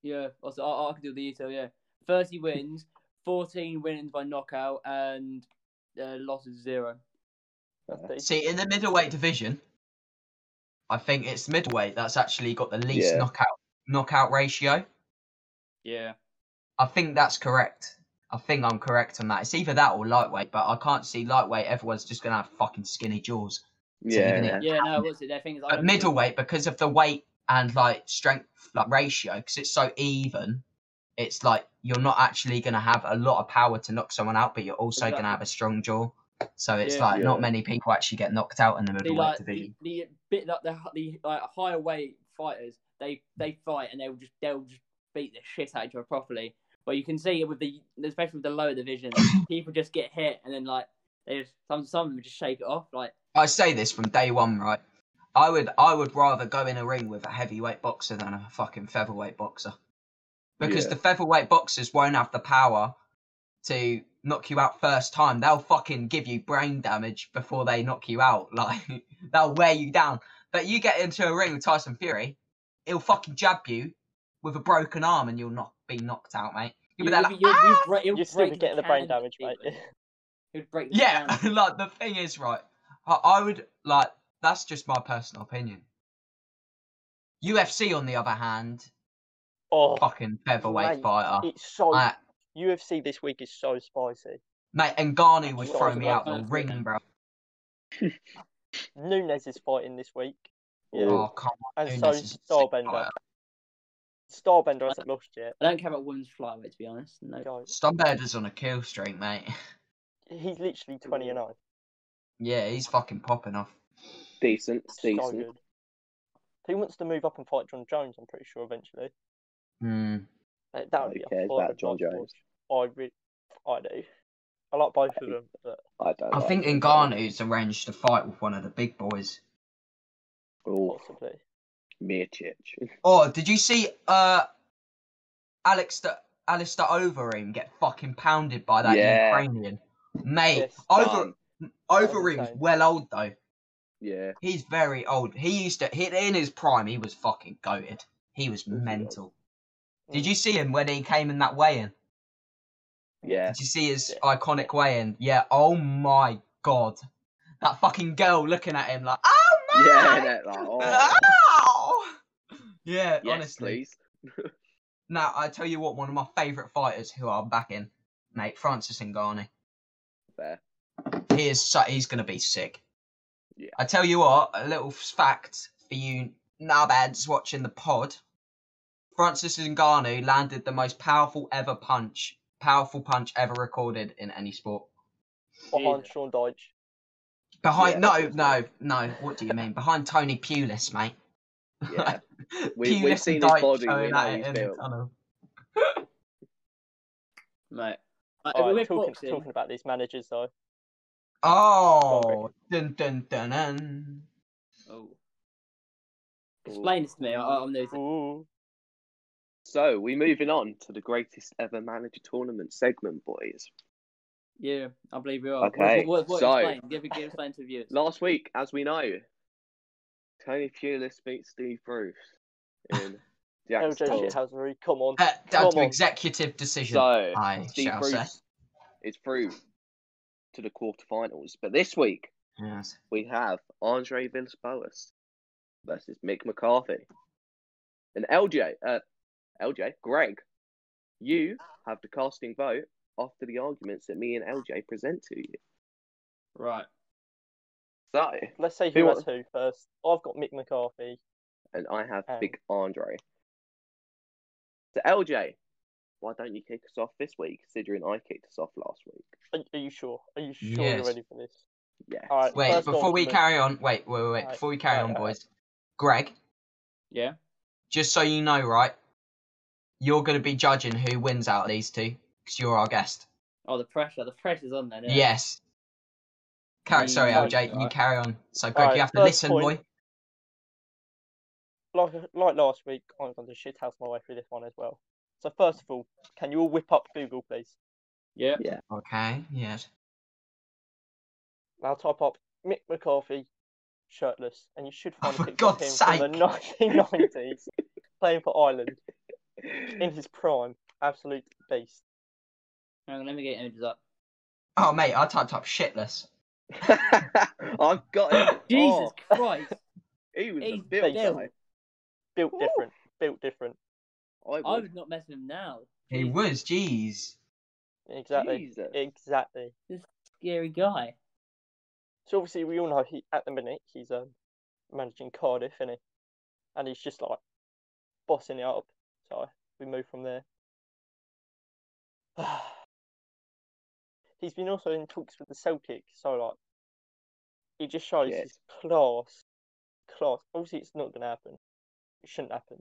Speaker 2: Yeah, also I, I could do the detail. Yeah, thirty wins, fourteen wins by knockout, and uh, losses zero.
Speaker 4: That's
Speaker 1: Yeah.
Speaker 4: decent.
Speaker 3: See, in the middleweight division, I think it's middleweight that's actually got the least
Speaker 1: Yeah.
Speaker 3: knockout knockout ratio.
Speaker 2: Yeah,
Speaker 3: I think that's correct. I think I'm correct on that. It's either that or lightweight, but I can't see lightweight. Everyone's just gonna have fucking skinny jaws.
Speaker 1: Yeah.
Speaker 3: even
Speaker 1: yeah.
Speaker 3: it-
Speaker 2: yeah. No, what's it? Their thing is I
Speaker 3: But
Speaker 2: don't
Speaker 3: middleweight, because of the weight and like strength like ratio, because it's so even, it's like you're not actually gonna have a lot of power to knock someone out, but you're also
Speaker 2: Exactly.
Speaker 3: gonna have a strong jaw. So it's
Speaker 2: Yeah.
Speaker 3: like not
Speaker 1: Yeah.
Speaker 3: many people actually get knocked out in the
Speaker 2: They
Speaker 3: middleweight
Speaker 2: like the,
Speaker 3: division.
Speaker 2: the bit like the the like higher weight fighters. They they fight and they'll just they'll just beat the shit out of each other properly. But you can see it with the especially with the lower division, people just get hit and then like they just some some of them just shake it off. Like
Speaker 3: I say this from day one, right? I would I would rather go in a ring with a heavyweight boxer than a fucking featherweight boxer. Because
Speaker 1: Yeah.
Speaker 3: the featherweight boxers won't have the power to knock you out first time. They'll fucking give you brain damage before they knock you out. Like they'll wear you down. But you get into a ring with Tyson Fury, he'll fucking jab you with a broken arm and you'll not be knocked out, mate. You'll be there like,
Speaker 2: you-
Speaker 3: "Ah!"
Speaker 2: break- you'll
Speaker 4: You're still
Speaker 2: break
Speaker 4: getting the brain
Speaker 2: can,
Speaker 4: damage, mate.
Speaker 2: even. You'd break the
Speaker 3: Yeah,
Speaker 4: Um,
Speaker 2: can.
Speaker 3: like the thing is, right? I, I would like that's just my personal opinion. UFC, on the other hand,
Speaker 4: oh,
Speaker 3: fucking featherweight
Speaker 4: Mate,
Speaker 3: fighter,
Speaker 4: it's so
Speaker 3: like,
Speaker 4: UFC this week is so spicy.
Speaker 3: mate. Ngannou would
Speaker 4: Sorry,
Speaker 3: throw
Speaker 4: it's
Speaker 3: me
Speaker 4: about
Speaker 3: out the
Speaker 2: time to
Speaker 3: ring,
Speaker 2: then.
Speaker 3: bro.
Speaker 4: Nunez is fighting this week. Yeah.
Speaker 1: Ooh.
Speaker 3: Oh come on,
Speaker 4: And
Speaker 3: Nunes
Speaker 4: so
Speaker 3: is a sick
Speaker 4: Starbender.
Speaker 3: fighter.
Speaker 4: Starbender hasn't lost yet.
Speaker 2: I don't care about women's flyweight to be honest. No.
Speaker 4: Guys,
Speaker 3: Stumberder's on a kill streak, mate.
Speaker 4: he's literally twenty and oh. nine.
Speaker 3: Yeah, he's fucking popping off.
Speaker 1: Decent.
Speaker 4: So
Speaker 1: Decent.
Speaker 4: good. He wants to move up and fight John Jones. I'm pretty sure eventually.
Speaker 3: Hmm.
Speaker 4: Uh, That would
Speaker 1: Who
Speaker 4: be a
Speaker 1: cares
Speaker 4: fight
Speaker 1: about
Speaker 4: I'd
Speaker 1: John
Speaker 4: like to
Speaker 1: Jones?
Speaker 4: watch. I really, I do. I like both of them, but
Speaker 1: I don't.
Speaker 3: I
Speaker 1: like
Speaker 3: think
Speaker 1: John Jones.
Speaker 3: Ngannou's arranged a fight with one of the big boys.
Speaker 1: Oh,
Speaker 4: possibly.
Speaker 1: Miocic.
Speaker 3: Oh, did you see uh Alex Alistair Overeem get fucking pounded by that
Speaker 1: Yeah.
Speaker 3: Ukrainian? Mate,
Speaker 4: Yes.
Speaker 3: Over Overeem's
Speaker 4: Okay.
Speaker 3: well old though.
Speaker 1: Um, Yeah.
Speaker 3: He's very old. He used to hit in his prime, he was fucking goated. He was mental. Did you see him when he came in that weigh in?
Speaker 1: Yeah.
Speaker 3: Did you see his iconic weigh in? Yeah, oh my god. That fucking girl looking at him like, oh my
Speaker 1: Yeah. innit? Like, oh,
Speaker 3: Ow! Yeah,
Speaker 1: yes,
Speaker 3: honestly.
Speaker 1: please.
Speaker 3: Now I tell you what, one of my favourite fighters who I'm backing, mate, Francis Ngannou.
Speaker 1: Fair.
Speaker 3: He is so, he's gonna be sick.
Speaker 1: Yeah.
Speaker 3: I tell you what, a little fact for you nabads watching the pod. Francis Ngannou landed the most powerful ever punch, powerful punch ever recorded in any sport.
Speaker 4: Behind
Speaker 2: Jesus.
Speaker 4: Sean Dyche.
Speaker 3: Behind
Speaker 1: Yeah.
Speaker 3: no, no, no. What do you mean? Behind Tony Pulis, mate.
Speaker 1: Yeah. We-
Speaker 3: Pulis
Speaker 1: we've
Speaker 3: and
Speaker 1: seen his
Speaker 3: Dyche
Speaker 1: body, we
Speaker 3: going
Speaker 1: know
Speaker 3: at it
Speaker 1: he's
Speaker 3: in the
Speaker 1: built.
Speaker 3: tunnel.
Speaker 2: Mate. Like,
Speaker 4: All right,
Speaker 2: with
Speaker 4: talking,
Speaker 2: Uh, boxing,
Speaker 4: talking about these managers though.
Speaker 3: Oh, dun dun dun dun.
Speaker 2: oh. explain this to me. I, I'm new. to-
Speaker 4: Ooh,
Speaker 1: So we're moving on to the greatest ever manager tournament segment, boys.
Speaker 2: Yeah, I believe you are.
Speaker 1: Okay,
Speaker 2: What, what, what,
Speaker 1: so-
Speaker 2: explain. Give, give explain to the viewers.
Speaker 1: Last week, as we know, Tony Pulis beats Steve Bruce in the Axe
Speaker 4: LJ
Speaker 1: Tournament.
Speaker 4: Shithousery, come on.
Speaker 3: Uh, down to
Speaker 4: Come on.
Speaker 3: executive decision.
Speaker 1: So
Speaker 3: I
Speaker 1: Steve
Speaker 3: shall say.
Speaker 1: Bruce is through to the quarterfinals. But this week
Speaker 3: Yes.
Speaker 1: we have Andre Villas-Boas versus Mick McCarthy. And LJ, uh, LJ, Greg, you have the casting vote after the arguments that me and LJ present to you.
Speaker 2: Right.
Speaker 1: So,
Speaker 4: Let's say
Speaker 1: Who
Speaker 4: who has
Speaker 1: wants-
Speaker 4: who first. I've got Mick McCarthy.
Speaker 1: and I have
Speaker 4: Um,
Speaker 1: Big Andre. So LJ, why don't you kick us off this week, considering I kicked us off last week?
Speaker 4: Are, are you sure? Are you sure
Speaker 3: Yes.
Speaker 4: you're ready for this?
Speaker 1: Yeah.
Speaker 4: All right.
Speaker 3: Wait,
Speaker 4: first
Speaker 3: before we
Speaker 4: argument.
Speaker 3: carry on, wait, wait, wait, wait
Speaker 4: Right,
Speaker 3: before we carry
Speaker 4: right,
Speaker 3: on,
Speaker 4: right,
Speaker 3: boys. Greg,
Speaker 2: Yeah.
Speaker 3: just so you know, right? you're going to be judging who wins out of these two because you're our guest.
Speaker 2: Oh, the pressure. The pressure's on there. now.
Speaker 3: Yes. Carry,
Speaker 2: Mm,
Speaker 3: sorry,
Speaker 4: okay,
Speaker 3: LJ, you
Speaker 4: alright.
Speaker 3: carry on. So, Greg,
Speaker 4: Alright,
Speaker 3: you have to
Speaker 4: first
Speaker 3: listen,
Speaker 4: point.
Speaker 3: boy.
Speaker 4: Like like last week, I'm going to shithouse my way through this one as well. So first of all, can you all whip up Google, please?
Speaker 2: Yeah.
Speaker 3: Okay, yes.
Speaker 4: Now type up Mick McCarthy shirtless, and you should find
Speaker 3: Oh, for
Speaker 4: a picture of him
Speaker 3: God's
Speaker 4: from the 1990s playing for Ireland in his prime. Absolute beast.
Speaker 2: Hang on, let me get images up.
Speaker 3: Oh, mate, I typed up shitless.
Speaker 1: I've got it.
Speaker 2: Jesus
Speaker 1: Oh,
Speaker 2: Christ.
Speaker 1: he was a
Speaker 2: he's
Speaker 1: build.
Speaker 4: big.
Speaker 1: guy.
Speaker 4: Built
Speaker 1: Ooh.
Speaker 4: different. Built different.
Speaker 1: I
Speaker 2: I
Speaker 1: would.
Speaker 2: would not mess with him now.
Speaker 3: He
Speaker 2: Jeez,
Speaker 3: was, jeez.
Speaker 4: Exactly.
Speaker 1: Jesus.
Speaker 4: Exactly.
Speaker 2: Scary guy.
Speaker 4: So obviously we all know he at the minute he's um, managing Cardiff, isn't he? And he's just like bossing it up. So we move from there. he's been also in talks with the Celtic, so like it just shows
Speaker 1: Yes.
Speaker 4: his class. Class. Obviously it's not gonna happen. It shouldn't happen.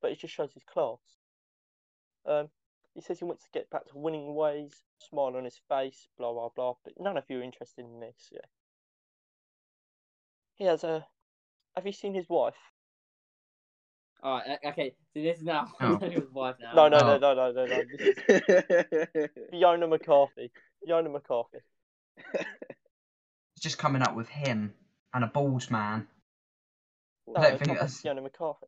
Speaker 4: But it just shows his class. Um he says he wants to get back to winning ways, smile on his face, blah blah blah. But none of you are interested in this, yeah. He has a. Have you seen his wife?
Speaker 2: All right. Okay. So this is now.
Speaker 3: No.
Speaker 2: his wife now.
Speaker 4: No, no,
Speaker 3: no.
Speaker 4: no, no, no, no, no. This is Fiona McCarthy. Fiona McCarthy.
Speaker 3: Just coming up with him and a bald man.
Speaker 4: No,
Speaker 3: I don't think
Speaker 4: not
Speaker 3: that's-
Speaker 4: Fiona McCarthy.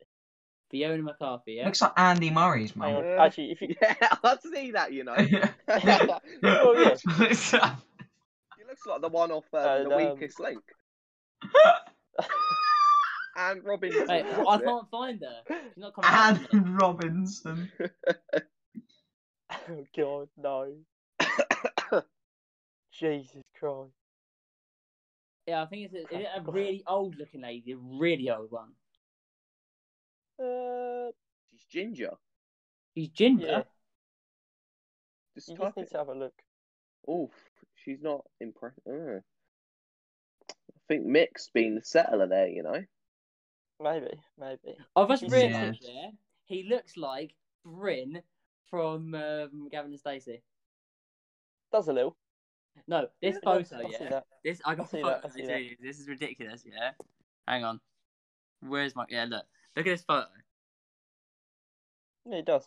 Speaker 2: Fiona McCarthy. Yeah.
Speaker 3: Looks like Andy Murray's
Speaker 4: Hang
Speaker 3: man.
Speaker 4: on.
Speaker 1: Uh,
Speaker 4: Actually, if you
Speaker 1: yeah, I'd see that, you know.
Speaker 4: Oh, yeah.
Speaker 1: He looks like the one off um,
Speaker 4: And,
Speaker 1: the
Speaker 4: um,
Speaker 1: weakest link. And Robin.
Speaker 2: Hey, well, I can't find her. She's not coming. up with me.
Speaker 3: and Robinson.
Speaker 4: Oh God, no. Jesus Christ.
Speaker 2: Yeah, I think it's a, is it a really old looking lady, a really old one.
Speaker 4: Uh,
Speaker 1: She's ginger.
Speaker 2: She's ginger.
Speaker 4: yeah.
Speaker 1: Just
Speaker 4: You
Speaker 1: type
Speaker 4: just need
Speaker 1: it.
Speaker 4: to have a look.
Speaker 1: Oof, she's not impressed. Uh. I think Mick's been the settler there, you know.
Speaker 4: Maybe, maybe.
Speaker 2: I've just
Speaker 4: She's-
Speaker 2: realised there he looks like Bryn from um, Gavin and Stacey.
Speaker 4: Does a little.
Speaker 2: No, this
Speaker 4: Yeah, I-
Speaker 2: photo,
Speaker 4: I see
Speaker 2: yeah.
Speaker 4: that.
Speaker 2: This I
Speaker 4: I
Speaker 2: got
Speaker 4: see
Speaker 2: photos
Speaker 4: that, I
Speaker 2: of
Speaker 4: see
Speaker 2: it
Speaker 4: that.
Speaker 2: too. This is ridiculous, yeah. Hang on. Where's my yeah, look. Look at this photo.
Speaker 4: Yeah, he does.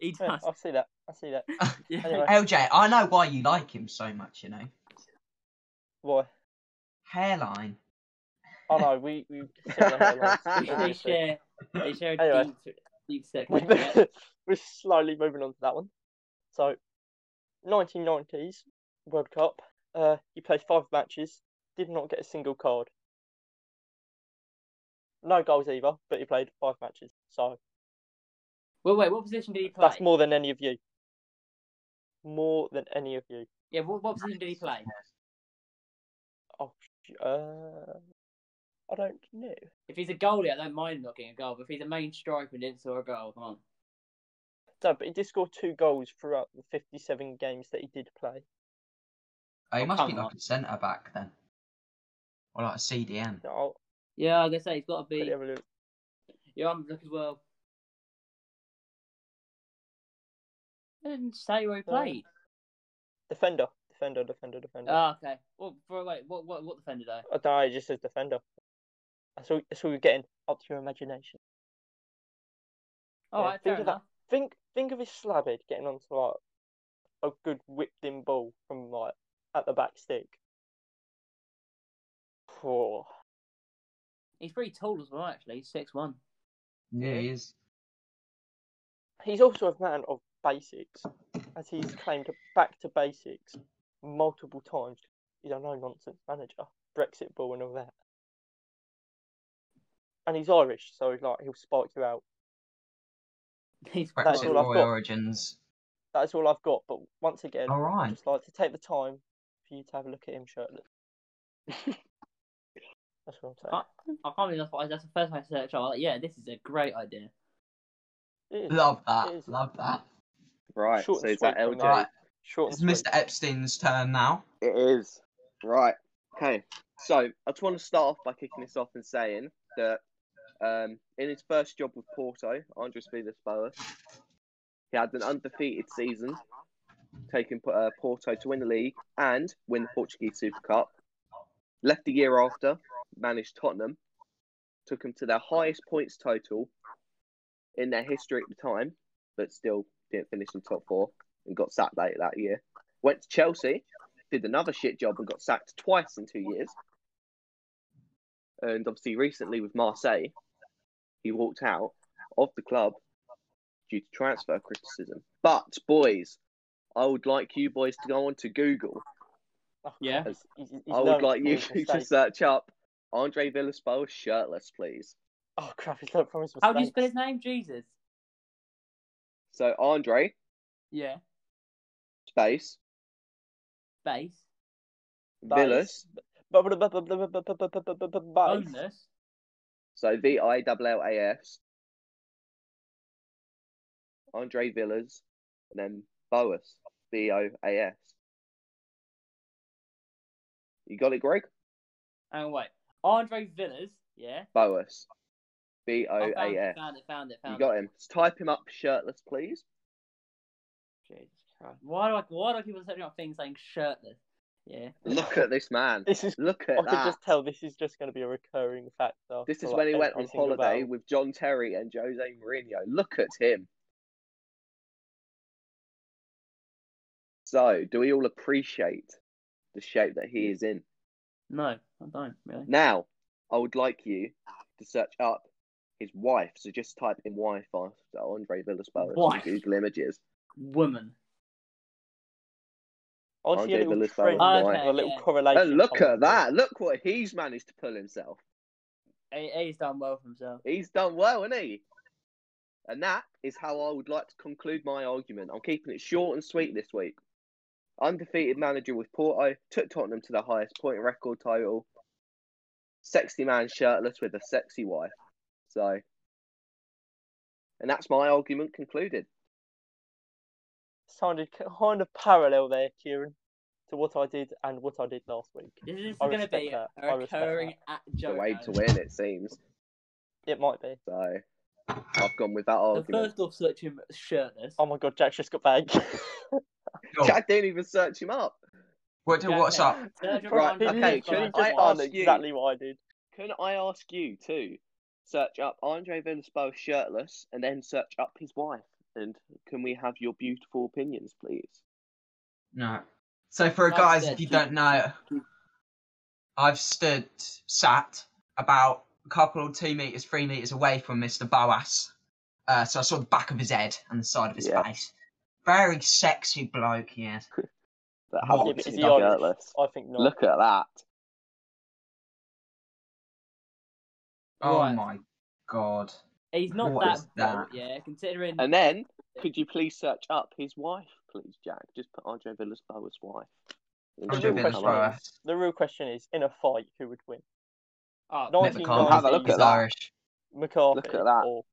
Speaker 2: He
Speaker 4: Yeah,
Speaker 2: does.
Speaker 4: I see that. I see that.
Speaker 2: Yeah.
Speaker 4: Anyway.
Speaker 3: LJ, I know why you like him so much, you know.
Speaker 4: Why?
Speaker 3: Hairline.
Speaker 4: Oh no, we we. similar hairlines,
Speaker 2: they
Speaker 4: obviously.
Speaker 2: share they share a
Speaker 4: Anyway.
Speaker 2: deep deep
Speaker 4: We-
Speaker 2: section. yeah.
Speaker 4: we're slowly moving on to that one. So, 1990s World Cup. Uh, he played five matches, did not get a single card. No goals either, but he played five matches. So
Speaker 2: Well wait, what position did he play?
Speaker 4: that's more than any of you. More than any of you.
Speaker 2: Yeah, what, what position did he play?
Speaker 4: Oh, sh- uh, I don't know.
Speaker 2: If he's a goalie, I don't mind not getting a goal, but if he's a main striker and didn't score a goal, come on.
Speaker 4: No, but he did score two goals throughout the 57 games that he did play.
Speaker 3: Oh, he
Speaker 2: Oh,
Speaker 3: must be
Speaker 2: come
Speaker 3: like
Speaker 2: on.
Speaker 3: a centre back then. Or like a CDM.
Speaker 4: No, I'll
Speaker 2: Yeah, like I say, he's gotta
Speaker 4: quickly
Speaker 2: be
Speaker 4: have a look.
Speaker 2: Yeah, I'm look as well. I didn't say where he
Speaker 4: Uh,
Speaker 2: played.
Speaker 4: Defender, defender, defender, defender.
Speaker 2: Ah, okay. Well, for, wait, what, what, what defender though?
Speaker 4: I don't know, it just says defender. That's all, that's all you're getting up to your imagination.
Speaker 2: All
Speaker 4: Yeah,
Speaker 2: right,
Speaker 4: think
Speaker 2: fair
Speaker 4: of that.
Speaker 2: enough.
Speaker 4: Think think of his slabhead getting onto like a good whipped in ball from like at the back stick. Poor.
Speaker 2: He's pretty tall as well, actually. He's six one.
Speaker 3: Yeah, he is.
Speaker 4: He's also a man of basics, as he's claimed back to basics multiple times. He's a no nonsense manager, Brexit ball and all that. And he's Irish, so like he'll spike you out.
Speaker 2: He's
Speaker 4: That's
Speaker 3: Brexit
Speaker 4: all I've
Speaker 3: Roy
Speaker 4: got.
Speaker 3: Origins.
Speaker 4: That's all I've got. But once again, I'd
Speaker 3: Alright.
Speaker 4: just like to take the time for you to have a look at him shirtless. That's what I'm saying.
Speaker 2: I can't believe that's, what I, that's the first time I searched. I was like, yeah, this is a great idea.
Speaker 4: It is
Speaker 3: Love
Speaker 4: It is.
Speaker 3: that. Love that.
Speaker 1: Right,
Speaker 4: Short
Speaker 1: so
Speaker 4: and
Speaker 1: is that
Speaker 4: sweet from
Speaker 1: LJ?
Speaker 4: Okay.
Speaker 3: Right.
Speaker 4: short
Speaker 3: It's
Speaker 4: and sweet. Oh,
Speaker 3: Mr. Epstein's turn now.
Speaker 1: It is. Right. Okay. So I just want to start off by kicking this off and saying that Um, in his first job with Porto, Andres Villas-Boas, he had an undefeated season, taking uh, Porto to win the league and win the Portuguese Super Cup. Left the year after, managed Tottenham, took them to their highest points total in their history at the time, but still didn't finish in top four and got sacked later that year. Went to Chelsea, did another shit job and got sacked twice in two years. And obviously, recently with Marseille, he walked out of the club due to transfer criticism. But, boys, I would like you boys to go on to Google.
Speaker 4: Oh,
Speaker 2: Yeah.
Speaker 4: he's- he's- he's
Speaker 1: I
Speaker 4: known
Speaker 1: would like
Speaker 4: for
Speaker 1: you
Speaker 4: his
Speaker 1: to
Speaker 4: mistakes.
Speaker 1: search up Andre Villas-Boas shirtless, please.
Speaker 4: Oh crap! He's learned from his mistakes.
Speaker 2: How do you spell his name? Jesus.
Speaker 1: So, Andre,
Speaker 2: Yeah.
Speaker 1: space,
Speaker 2: Base.
Speaker 1: Villas,
Speaker 4: Bonus.
Speaker 2: Bonus.
Speaker 1: so V-I-L-L-A-S, Andre Villas, and then Boas, B-O-A-S. You got it, Greg?
Speaker 2: Hang on, wait. Andre Villas. Yeah.
Speaker 1: Boas,
Speaker 4: Oh,
Speaker 2: I found,
Speaker 1: B-O-A-S.
Speaker 2: it, um, found it, found it,
Speaker 1: You
Speaker 2: found it.
Speaker 1: got him. Just type him up shirtless, please.
Speaker 2: Jesus Christ. Why do I, why do I keep on searching up things saying shirtless? Yeah.
Speaker 1: Look at this man.
Speaker 4: This is.
Speaker 1: Look
Speaker 4: I
Speaker 1: at
Speaker 4: can
Speaker 1: that.
Speaker 4: just tell this is just going to be a recurring fact. After,
Speaker 1: This is
Speaker 4: like,
Speaker 1: when he went
Speaker 4: every
Speaker 1: on
Speaker 4: single
Speaker 1: holiday
Speaker 4: battle.
Speaker 1: with John Terry and Jose Mourinho. Look at him. So, do we all appreciate the shape that he is in?
Speaker 2: No, I don't really.
Speaker 1: Now, I would like you to search up his wife. So just type in wife after Andre Villas-Boas on
Speaker 2: Wife.
Speaker 1: Google Images.
Speaker 2: Woman.
Speaker 4: I see
Speaker 1: Andre
Speaker 4: a little
Speaker 1: Villas-Boas
Speaker 4: trend,
Speaker 2: and
Speaker 4: there,
Speaker 2: White.
Speaker 4: a little
Speaker 2: Okay, yeah.
Speaker 4: correlation.
Speaker 1: And look
Speaker 4: probably.
Speaker 1: at that. Look what he's managed to pull himself.
Speaker 2: He, he's done well for himself.
Speaker 1: He's done well, hasn't he? And that is how I would like to conclude my argument. I'm keeping it short and sweet this week. Undefeated manager with Porto took Tottenham to the highest point record title. Sexy man shirtless with a sexy wife. So, and that's my argument concluded.
Speaker 4: Sounded kind of parallel there, Kieran, to what I did and what I did last week.
Speaker 2: This is
Speaker 4: I
Speaker 2: going to
Speaker 4: respect
Speaker 2: be
Speaker 4: that. I
Speaker 2: a
Speaker 4: respect
Speaker 2: recurring at
Speaker 1: The
Speaker 2: joke.
Speaker 1: way to win, it seems.
Speaker 4: It might be.
Speaker 1: So, I've gone with that
Speaker 2: The
Speaker 1: argument.
Speaker 2: first off search him shirtless.
Speaker 4: Oh my god, Jack's just got back.
Speaker 3: Cool.
Speaker 1: Jack didn't even search him up.
Speaker 3: What,
Speaker 2: Jack
Speaker 3: what's
Speaker 2: May.
Speaker 3: up?
Speaker 2: Search him
Speaker 1: Right,
Speaker 2: on
Speaker 1: okay,
Speaker 2: Google.
Speaker 1: can
Speaker 4: He's
Speaker 1: I
Speaker 4: just done
Speaker 1: ask you-
Speaker 4: exactly what I did.
Speaker 1: Can I ask you to search up Andre Villas-Boas shirtless and then search up his wife? And can we have your beautiful opinions, please?
Speaker 3: No. So for
Speaker 2: Right,
Speaker 3: guys,
Speaker 2: yeah,
Speaker 3: if you
Speaker 2: keep-
Speaker 3: don't know,
Speaker 2: keep-
Speaker 3: I've stood sat about a couple of two meters, three meters away from Mr. Boas. Uh, so I saw the back of his head and the side of his
Speaker 1: Yeah.
Speaker 3: face. Very sexy bloke, yes.
Speaker 1: That happens
Speaker 3: What? Yeah, but
Speaker 1: to
Speaker 3: is
Speaker 1: be
Speaker 3: he Oh, Irish?
Speaker 1: shirtless.
Speaker 4: I think not.
Speaker 1: Look at that.
Speaker 3: Oh
Speaker 2: Right.
Speaker 3: my god.
Speaker 2: He's not
Speaker 3: What
Speaker 2: that,
Speaker 3: is that?
Speaker 2: bald, yeah, considering.
Speaker 1: And then, could you please search up his wife, please, Jack? Just put Andre Villas-Boas' wife. And
Speaker 4: Andre
Speaker 1: she will
Speaker 4: Villas-Boas.
Speaker 1: come up.
Speaker 3: Villas-Boas.
Speaker 4: the real question is, in a fight, who would win?
Speaker 2: oh,
Speaker 4: Nice.
Speaker 3: Never can't.
Speaker 1: Have a look at
Speaker 3: He's
Speaker 1: that.
Speaker 3: Irish.
Speaker 4: McCarthy
Speaker 1: Look at that.
Speaker 4: or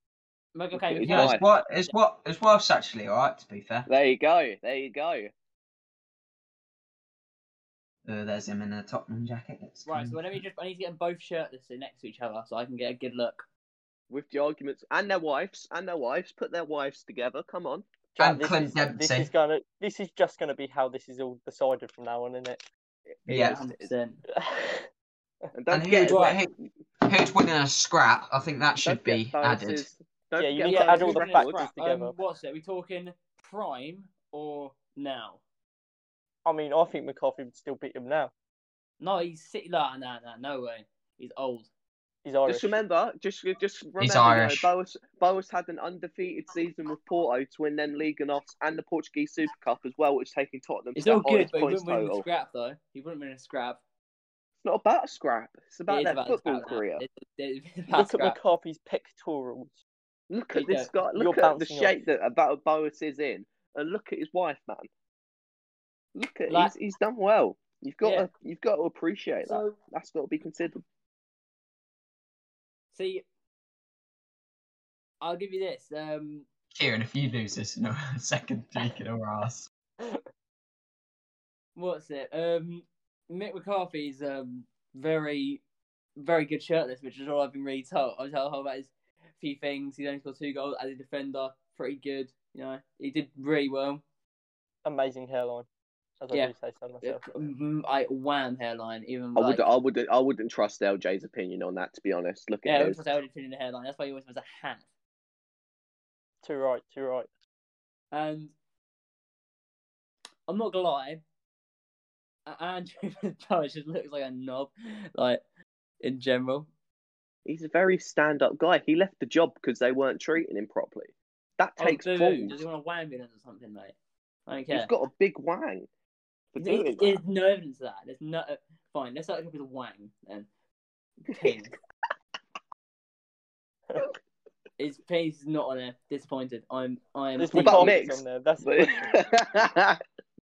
Speaker 2: okay,
Speaker 1: Look at
Speaker 2: we
Speaker 1: his
Speaker 2: can't-
Speaker 3: Yeah,
Speaker 1: wife.
Speaker 3: it's what it's what it's worse actually, alright, to be fair.
Speaker 1: There you go. There you go.
Speaker 3: Uh, there's him in a Tottenham jacket. That's
Speaker 2: Right,
Speaker 3: kind
Speaker 2: so
Speaker 3: of-
Speaker 2: let me just. I need to get them both shirtless in next to each other so I can get a good look.
Speaker 1: With the arguments and their wives and their wives, put their wives together. Come on.
Speaker 4: Jack,
Speaker 3: And
Speaker 4: this
Speaker 3: Clint
Speaker 4: is, This
Speaker 3: Dempsey.
Speaker 4: is gonna. This is just gonna be how this is all decided from now on, isn't it?
Speaker 3: Yeah.
Speaker 2: 100%.
Speaker 1: And don't
Speaker 3: And who
Speaker 1: forget,
Speaker 3: would- Who's winning a scrap? I think that should
Speaker 1: don't forget
Speaker 3: be added.
Speaker 1: bonuses. Don't
Speaker 4: Yeah, you
Speaker 1: forget
Speaker 4: need to add
Speaker 1: bonuses
Speaker 4: all the
Speaker 1: record.
Speaker 4: factors together.
Speaker 2: Um, what's it? Are we talking prime or now?
Speaker 4: I mean, I think McCarthy would still beat him now.
Speaker 2: No, he's city. No, no, no, no way. He's old.
Speaker 4: He's Irish.
Speaker 1: Just remember, just just remember,
Speaker 3: Irish.
Speaker 1: You know, Boas Boas had an undefeated season with Porto to win them League and Offs and the Portuguese Super Cup as well, which is taking Tottenham
Speaker 2: It's
Speaker 1: to
Speaker 2: all
Speaker 1: the
Speaker 2: good,
Speaker 1: highest
Speaker 2: but he
Speaker 1: points
Speaker 2: wouldn't win a
Speaker 1: total.
Speaker 2: scrap though. He wouldn't win a scrap.
Speaker 1: It's not about a scrap. It's
Speaker 2: It
Speaker 1: about
Speaker 2: is
Speaker 1: their
Speaker 2: about a
Speaker 1: football
Speaker 2: scrap now.
Speaker 1: career.
Speaker 2: It- it- it's about a
Speaker 4: Look at
Speaker 2: scrap.
Speaker 4: McCarthy's pectorals.
Speaker 1: Look at
Speaker 2: Yeah,
Speaker 1: this guy.
Speaker 4: you're
Speaker 1: Look at the
Speaker 4: bouncing off.
Speaker 1: shape that about Boas is in, and look at his wife, man. Look at
Speaker 2: Like-
Speaker 1: he's he's done well. You've got
Speaker 2: Yeah.
Speaker 1: to you've got to appreciate that.
Speaker 2: So,
Speaker 1: That's got to be considered.
Speaker 2: see, I'll give you this. Um,
Speaker 3: Kieran, if you lose this in a second, you can our ass.
Speaker 2: what's it? Um, Mick McCarthy's um very very good shirt list, which is all I've been really told. I was told about his few things. He's only scored two goals as a defender. Pretty good, you know. He did really well.
Speaker 4: Amazing hairline. As I
Speaker 2: Yeah.
Speaker 4: do say so myself.
Speaker 2: Yeah. Mm, I wham hairline, even.
Speaker 1: I
Speaker 2: like-
Speaker 1: would, I would, I wouldn't trust LJ's opinion on that. To be honest, look
Speaker 2: Yeah,
Speaker 1: at
Speaker 2: it was
Speaker 1: his.
Speaker 2: just Eldon in the hairline. That's why he always wears a hat.
Speaker 4: Too right, too right.
Speaker 2: And I'm not gonna lie, A- Andrew Parish just looks like a knob, like in general.
Speaker 1: He's a very stand-up guy. He left the job because they weren't treating him properly. That
Speaker 2: Oh,
Speaker 1: takes
Speaker 2: boo-hoo,
Speaker 1: balls.
Speaker 2: Does he want to wham in us or something, mate? I don't
Speaker 1: He's
Speaker 2: care.
Speaker 1: got a big wang for
Speaker 2: There-
Speaker 1: doing
Speaker 2: There's
Speaker 1: that.
Speaker 2: no evidence of that. There's no. Fine, let's start with the wang then. Penis. His penis is not on there. Disappointed. I'm. I'm.
Speaker 4: There's
Speaker 1: But
Speaker 4: McCarthy's
Speaker 1: mixed.
Speaker 4: on there. That's
Speaker 1: But
Speaker 4: the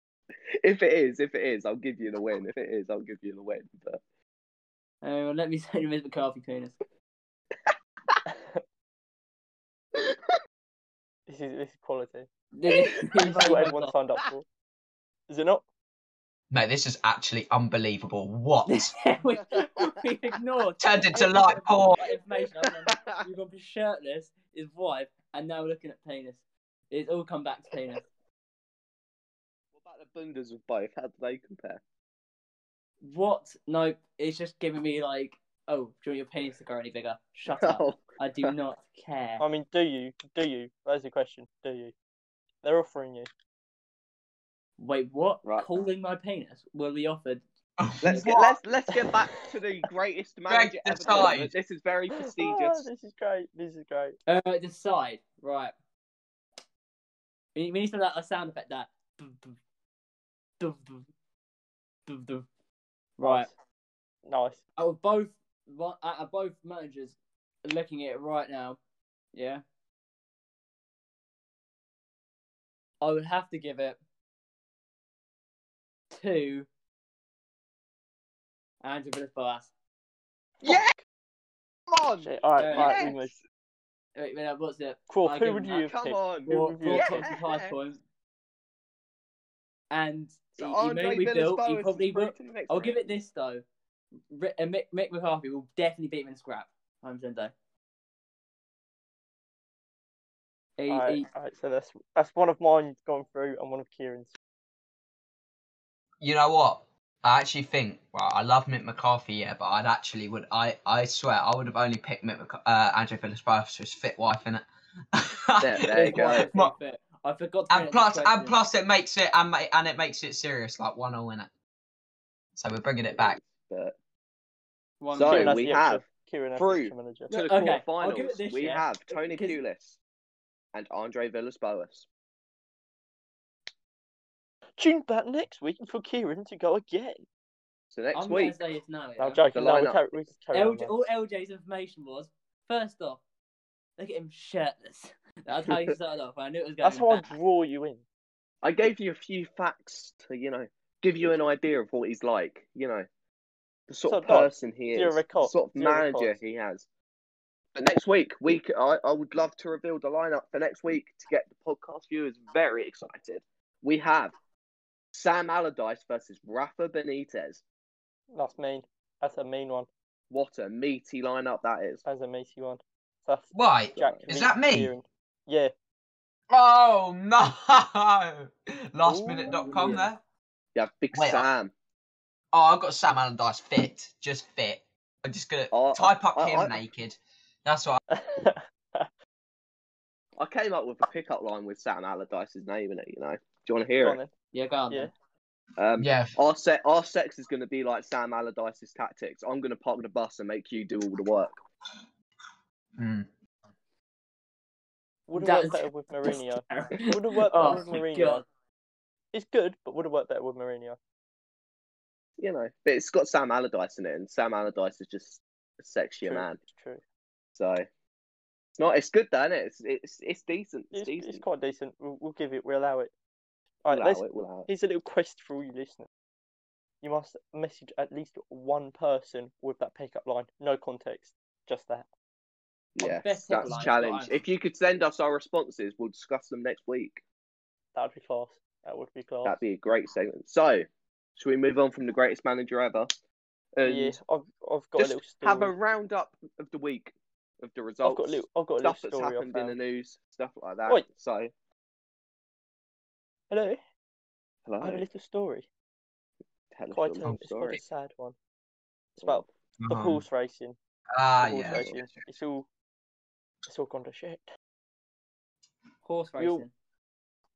Speaker 1: if it is, if it is, I'll give you the win. If it is, I'll give you the win. But
Speaker 2: Uh, let me send you Miss McCarthy penis.
Speaker 4: question. this is this is quality.
Speaker 2: this
Speaker 4: This is what everyone signed up for. Is it not?
Speaker 3: Mate, this is actually unbelievable. What?
Speaker 2: we, we ignored.
Speaker 3: Turned into light porn.
Speaker 2: Information. other than We've gone from shirtless, his wife, and now we're looking at penis. It's all come back to penis.
Speaker 1: What about the Bundas of both? How do they compare?
Speaker 2: What? Nope. It's just giving me like, oh, do you want your penis to grow any bigger? Shut up.
Speaker 1: Oh,
Speaker 2: I do not care.
Speaker 4: I mean, do you? Do you? That's the question. Do you? They're offering you.
Speaker 2: Wait, what?
Speaker 1: Right.
Speaker 2: Calling my penis will be offered.
Speaker 1: let's get let's let's get back to the greatest manager ever.
Speaker 3: decide.
Speaker 1: But This is very
Speaker 4: Ah,
Speaker 1: prestigious.
Speaker 4: this is great. This is great.
Speaker 2: Uh, decide. Right. We need, we need to that a sound effect that. Dum, dum. Dum, dum. Dum, dum. Right.
Speaker 4: Nice.
Speaker 2: out of both out of both managers looking at it right now, yeah, I would have to give it to Andrew Villas-Boas.
Speaker 1: Yeah, come on,
Speaker 4: Shit. All right,
Speaker 2: Yes.
Speaker 4: all right. We move.
Speaker 2: Wait, wait, what's it?
Speaker 4: Crawf,
Speaker 2: I
Speaker 4: who
Speaker 2: give
Speaker 4: would
Speaker 2: him
Speaker 4: you have
Speaker 1: come
Speaker 4: picked?
Speaker 1: on.
Speaker 4: Who
Speaker 2: Four,
Speaker 4: would you
Speaker 2: four
Speaker 4: have
Speaker 1: Yeah.
Speaker 2: points and five points. And
Speaker 1: So
Speaker 2: he, he may
Speaker 1: Andre
Speaker 2: rebuild. He
Speaker 1: Villas-Boas is
Speaker 2: probably
Speaker 1: through
Speaker 2: will.
Speaker 1: to the next
Speaker 2: I'll
Speaker 1: round.
Speaker 2: give it this though. Ri- uh, Mick, Mick McCarthy will definitely beat him in scrap. I'm saying though. He,
Speaker 4: All right,
Speaker 2: he,
Speaker 4: all right. So that's that's one of mine gone through and one of Kieran's.
Speaker 3: You know what? I actually think. Well, I love Mick McCarthy, yeah, but I'd actually would. I I swear I would have only picked Mick McC- uh, Andrew Phillips for his fit wife in
Speaker 1: There,
Speaker 3: it.
Speaker 1: there you go.
Speaker 2: That's why I think that- I forgot. To
Speaker 3: and
Speaker 2: mention
Speaker 3: plus,
Speaker 2: the
Speaker 3: and
Speaker 2: question.
Speaker 3: plus, it makes it and ma- and it makes it serious, like one 0 in it. So we're bringing it back.
Speaker 1: But
Speaker 2: One
Speaker 1: So,
Speaker 2: minute.
Speaker 4: Kieran has
Speaker 1: we
Speaker 4: the extra-
Speaker 1: have
Speaker 4: Kieran has
Speaker 1: through
Speaker 4: the extra manager.
Speaker 1: to the
Speaker 2: No, okay, I'll give it
Speaker 1: quarterfinals,
Speaker 2: this,
Speaker 1: we
Speaker 2: yeah,
Speaker 1: have Tony
Speaker 2: because-
Speaker 1: Pulis and Andre Villas-Boas.
Speaker 4: Tune back next week for Kieran to go again.
Speaker 1: So next
Speaker 2: I'm
Speaker 1: week,
Speaker 2: gonna say it's no.
Speaker 4: No,
Speaker 2: yeah.
Speaker 4: I'm joking. No, we
Speaker 1: lineup.
Speaker 4: carry, we carry on,
Speaker 2: LJ,
Speaker 4: mate.
Speaker 2: all LJ's information was first off, look at him shirtless. That's how he started off. I knew it was going.
Speaker 4: That's how I
Speaker 2: bad.
Speaker 4: draw you in.
Speaker 1: I gave you a few facts to, you know, give you an idea of what he's like, you know, the sort
Speaker 4: So,
Speaker 1: of
Speaker 4: Doc,
Speaker 1: person he is,
Speaker 4: zero
Speaker 1: the
Speaker 4: records,
Speaker 1: sort of
Speaker 4: zero
Speaker 1: manager
Speaker 4: records.
Speaker 1: he has. But next week, week I, I would love to reveal the lineup for next week to get the podcast viewers very excited. We have Sam Allardyce versus Rafa Benitez.
Speaker 4: That's mean. That's a mean one.
Speaker 1: What a meaty lineup that is.
Speaker 4: That's a meaty one. That's
Speaker 3: Why?
Speaker 4: Jack.
Speaker 3: Is
Speaker 4: Reece
Speaker 3: that me?
Speaker 4: Kieran. Yeah.
Speaker 3: Oh no!
Speaker 4: Ooh.
Speaker 3: Lastminute.com there.
Speaker 1: You have Big
Speaker 3: Wait, I-
Speaker 1: Sam.
Speaker 3: Oh, I've got Sam Allardyce fit, just fit. I'm just gonna
Speaker 1: Oh,
Speaker 3: type up
Speaker 1: I-
Speaker 3: him
Speaker 1: I-
Speaker 3: naked. That's what.
Speaker 1: I came up with a pickup line with Sam Allardyce's name in it, you know. Do you want to hear
Speaker 4: Go on
Speaker 1: it?
Speaker 4: then.
Speaker 2: Yeah, go on.
Speaker 4: Yeah.
Speaker 2: then.
Speaker 3: I,
Speaker 1: Um,
Speaker 3: yeah.
Speaker 1: Our, se- our sex is going to be like Sam Allardyce's tactics. I'm going to park the bus and make you do all the work.
Speaker 3: Hmm.
Speaker 4: Would have
Speaker 2: That's-
Speaker 4: worked better with Mourinho.
Speaker 2: That's
Speaker 4: Would have worked better
Speaker 2: Oh,
Speaker 4: with
Speaker 2: my
Speaker 4: Mourinho.
Speaker 2: God.
Speaker 4: It's good, but would have worked better with Mourinho.
Speaker 1: You know, but it's got Sam Allardyce in it, and Sam Allardyce is just a sexier
Speaker 4: True.
Speaker 1: man.
Speaker 4: It's true.
Speaker 1: So it's not. It's good, though, is It's it's it's decent. It's,
Speaker 4: It's,
Speaker 1: decent.
Speaker 4: it's quite decent. We'll, we'll give it. We'll allow it.
Speaker 1: We'll
Speaker 4: All right,
Speaker 1: allow
Speaker 4: let's
Speaker 1: it, we'll allow it.
Speaker 4: Here's a little quest for all you listeners. You must message at least one person with that pickup line. No context, just that.
Speaker 1: Yeah,
Speaker 2: best
Speaker 1: that's
Speaker 2: headline is what
Speaker 1: challenge.
Speaker 2: I'm-
Speaker 1: If you could send us our responses, we'll discuss them next week.
Speaker 4: That'd be class. That would be class.
Speaker 1: That'd be a great segment. So, should we move on from the greatest manager ever And
Speaker 4: yeah, I've, I've got a
Speaker 1: just
Speaker 4: little story.
Speaker 1: have a roundup of the week of the results.
Speaker 4: I've got a little, I've got a little
Speaker 1: stuff that's
Speaker 4: story. I
Speaker 1: happened in the
Speaker 4: found.
Speaker 1: news, stuff like that.
Speaker 4: Oi.
Speaker 1: So,
Speaker 4: Hello,
Speaker 1: hello.
Speaker 4: I have a little story.
Speaker 1: Tell us your
Speaker 4: Quite a,
Speaker 1: little
Speaker 4: it's quite
Speaker 1: story.
Speaker 4: a sad one. It's about the
Speaker 3: Um,
Speaker 4: horse racing.
Speaker 3: Ah,
Speaker 4: the horse
Speaker 3: yeah.
Speaker 4: racing. It's all, it's all gone to shit.
Speaker 2: Horse racing.
Speaker 4: You'll-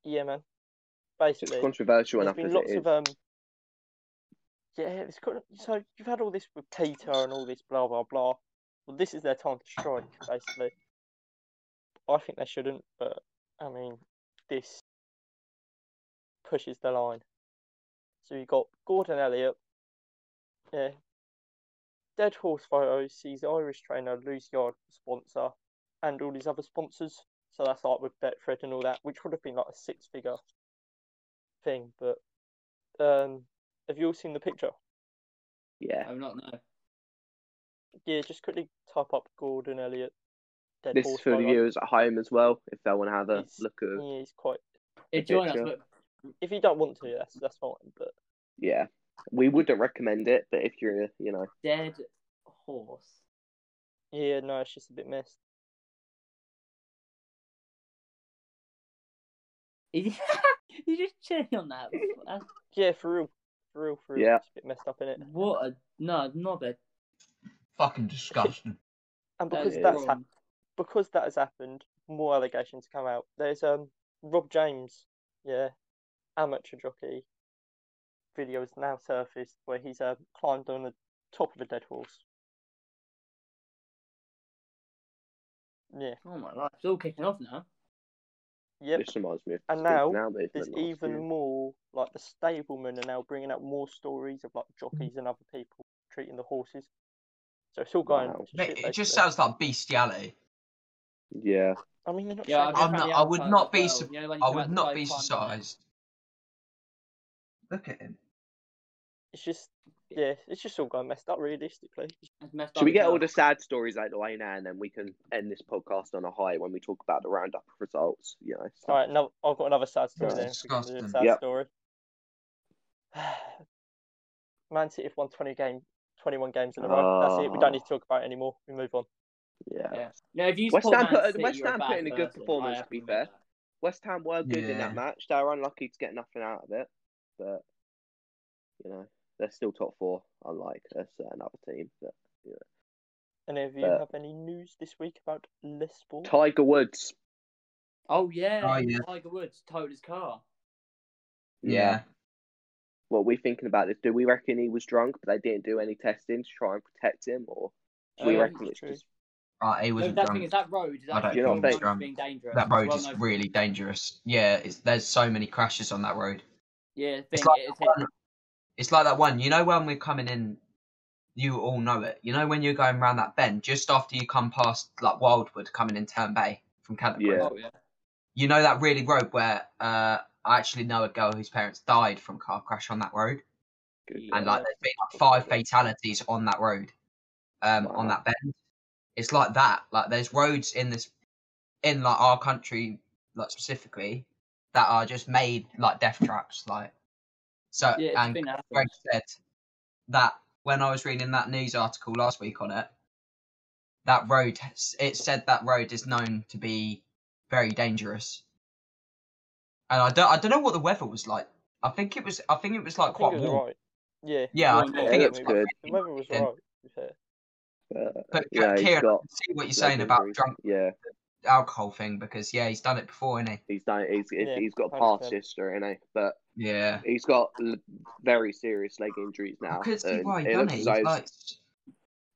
Speaker 4: Yeah, man.
Speaker 1: It's
Speaker 4: Basically,
Speaker 1: controversial
Speaker 4: there's
Speaker 1: enough
Speaker 4: been
Speaker 1: as
Speaker 4: lots
Speaker 1: it is.
Speaker 4: of um. Yeah, it's got, so you've had all this with Peter and all this blah blah blah. Well, this is their time to strike, basically. I think they shouldn't, but I mean, this pushes the line. So you got Gordon Elliott, yeah. Dead Horse Photos sees Irish trainer lose yard sponsor and all these other sponsors. So that's like with Betfred and all that, which would have been like a six figure thing. But um, have you all seen the picture?
Speaker 1: Yeah.
Speaker 2: I'm not no.
Speaker 4: Yeah, just quickly type up Gordon Elliott. Dead
Speaker 1: This is
Speaker 4: Horse
Speaker 1: for the
Speaker 4: Photo.
Speaker 1: viewers at home as well, if they want to have a
Speaker 4: It's-
Speaker 1: look at.
Speaker 4: Yeah, he's quite.
Speaker 2: Yeah, join us,
Speaker 1: picture.
Speaker 2: but
Speaker 4: If you don't want to, that's that's fine. But
Speaker 1: Yeah. We wouldn't recommend it, but if you're, you know,
Speaker 2: dead horse.
Speaker 4: yeah, no, it's just a bit messed.
Speaker 2: you just chilling on that. That's,
Speaker 4: Yeah, for real, for real, for real.
Speaker 1: Yeah.
Speaker 4: It's a bit messed up in it.
Speaker 2: what a no, not that.
Speaker 3: Fucking disgusting.
Speaker 4: And
Speaker 2: that
Speaker 4: because
Speaker 1: is
Speaker 4: that's
Speaker 2: wrong.
Speaker 4: happened. because that has happened, more allegations come out. There's um Rob James, yeah, amateur jockey. Video has now surfaced where he's uh, climbed on the top of a dead horse. Yeah,
Speaker 2: Oh my god, it's all kicking off now.
Speaker 4: yep.
Speaker 1: this reminds me of
Speaker 4: And
Speaker 1: Speak
Speaker 4: now
Speaker 1: now movement
Speaker 4: There's
Speaker 1: last
Speaker 4: even
Speaker 1: year.
Speaker 4: more like the stablemen are now bringing out more stories of like
Speaker 1: Mm-hmm.
Speaker 4: jockeys and other people treating the horses. So it's all going.
Speaker 1: Wow.
Speaker 4: to
Speaker 3: Mate,
Speaker 4: shit,
Speaker 3: it just
Speaker 4: basically.
Speaker 3: sounds like bestiality.
Speaker 1: Yeah.
Speaker 4: I mean, they're not.
Speaker 2: Yeah,
Speaker 4: Yeah,
Speaker 2: I've
Speaker 3: I'm
Speaker 2: just
Speaker 3: not-
Speaker 2: found the
Speaker 3: I would
Speaker 2: outside
Speaker 3: not
Speaker 2: as
Speaker 3: be
Speaker 2: well.
Speaker 3: sup-
Speaker 2: You know, when you
Speaker 3: I
Speaker 2: come out
Speaker 3: would
Speaker 2: the
Speaker 3: not
Speaker 2: road,
Speaker 3: be
Speaker 2: climb down.
Speaker 3: surprised. Look at him.
Speaker 4: it's just yeah, it's just all going messed up realistically.
Speaker 2: It's messed
Speaker 1: Should we
Speaker 2: up
Speaker 1: get
Speaker 2: now.
Speaker 1: all the sad stories out of the way now, and then we can end this podcast on a high when we talk about the roundup of results? You know, stuff.
Speaker 4: All right, no, I've got another sad story
Speaker 1: That's
Speaker 4: then. if we can do a
Speaker 3: disgusting.
Speaker 4: Sad
Speaker 1: Yep.
Speaker 4: story. Man City have won 20 game, 21 games in a row. That's it. We
Speaker 1: Ah.
Speaker 4: don't need to talk about it anymore. We move on.
Speaker 1: Yeah.
Speaker 2: Yeah. No, if you
Speaker 1: West
Speaker 2: support
Speaker 1: Ham
Speaker 2: Man
Speaker 1: put-
Speaker 2: City,
Speaker 1: West
Speaker 2: you're
Speaker 1: Ham
Speaker 2: bad
Speaker 1: put in a good
Speaker 2: person.
Speaker 1: performance,
Speaker 2: I
Speaker 1: to be
Speaker 2: have admit
Speaker 1: fair.
Speaker 2: that.
Speaker 1: West Ham were good in
Speaker 3: Yeah.
Speaker 1: that match. They were unlucky to get nothing out of it, but you know they're still top four, unlike a certain other team. But
Speaker 4: And if you
Speaker 1: Uh,
Speaker 4: have any news this week about Les Paul,
Speaker 1: Tiger Woods,
Speaker 2: Oh yeah.
Speaker 3: Oh, yeah.
Speaker 2: Tiger Woods towed his car.
Speaker 1: Yeah. what are we thinking about this? Do we reckon he was drunk, but they didn't do any testing to try and protect him, or do we
Speaker 2: Um,
Speaker 1: reckon it's
Speaker 4: Uh, true.
Speaker 1: just
Speaker 3: Right, he
Speaker 2: No,
Speaker 3: wasn't
Speaker 2: that
Speaker 3: drunk.
Speaker 2: thing is that road is
Speaker 3: I don't
Speaker 2: actually
Speaker 1: think
Speaker 2: well
Speaker 1: he
Speaker 2: known
Speaker 1: was
Speaker 2: for
Speaker 3: drunk.
Speaker 2: being dangerous.
Speaker 3: That
Speaker 2: It's
Speaker 3: road
Speaker 2: well
Speaker 3: is
Speaker 2: known for-
Speaker 3: really dangerous. Yeah, it's, there's so many crashes on that road.
Speaker 2: Yeah, the
Speaker 3: It's
Speaker 2: thing
Speaker 3: like
Speaker 2: it's
Speaker 3: that one- It's like that one. You know when we're coming in, you all know it. You know when you're going round that bend, just after you come past like Wildwood, coming in Turn Bay from Canterbury.
Speaker 1: Yeah.
Speaker 2: Oh yeah.
Speaker 3: You know that really road where uh, I actually know a girl whose parents died from car crash on that road,
Speaker 1: good?
Speaker 2: Yeah.
Speaker 3: and like there's been like five fatalities on that road, um, on
Speaker 1: Wow.
Speaker 3: that bend. It's like that. Like there's roads in this, in like our country, like specifically, that are just made like death traps. Like so,
Speaker 2: Yeah, it's
Speaker 3: and
Speaker 2: been happening.
Speaker 3: Greg said that when I was reading that news article last week on it, that road has- it said that road is known to be very dangerous. And I don't I don't know what the weather was like. I think it was I think it was
Speaker 4: I
Speaker 3: like
Speaker 4: think
Speaker 3: quite
Speaker 4: it was
Speaker 3: warm.
Speaker 4: alright. Yeah.
Speaker 3: Yeah, I
Speaker 4: warm
Speaker 1: Yeah,
Speaker 3: think it
Speaker 1: that's
Speaker 3: was
Speaker 4: maybe.
Speaker 3: like
Speaker 1: good.
Speaker 4: The weather was
Speaker 3: Yeah.
Speaker 4: alright. Yeah.
Speaker 1: Uh,
Speaker 3: But
Speaker 1: you know, he's
Speaker 3: Kieran, I
Speaker 1: got
Speaker 3: can see what you're
Speaker 1: leg
Speaker 3: saying about
Speaker 1: injuries.
Speaker 3: drunk
Speaker 1: Yeah,
Speaker 3: alcohol thing because yeah, he's done it before, isn't
Speaker 1: he's done. He's he's,
Speaker 4: Yeah,
Speaker 1: he's got a
Speaker 4: 100%.
Speaker 1: past history, you know, but
Speaker 3: he? Yeah.
Speaker 1: he's got l- very serious leg injuries now.
Speaker 3: Because
Speaker 1: and
Speaker 3: why he
Speaker 1: it
Speaker 3: done
Speaker 1: looks
Speaker 3: it.
Speaker 1: as
Speaker 3: He's
Speaker 1: though
Speaker 3: like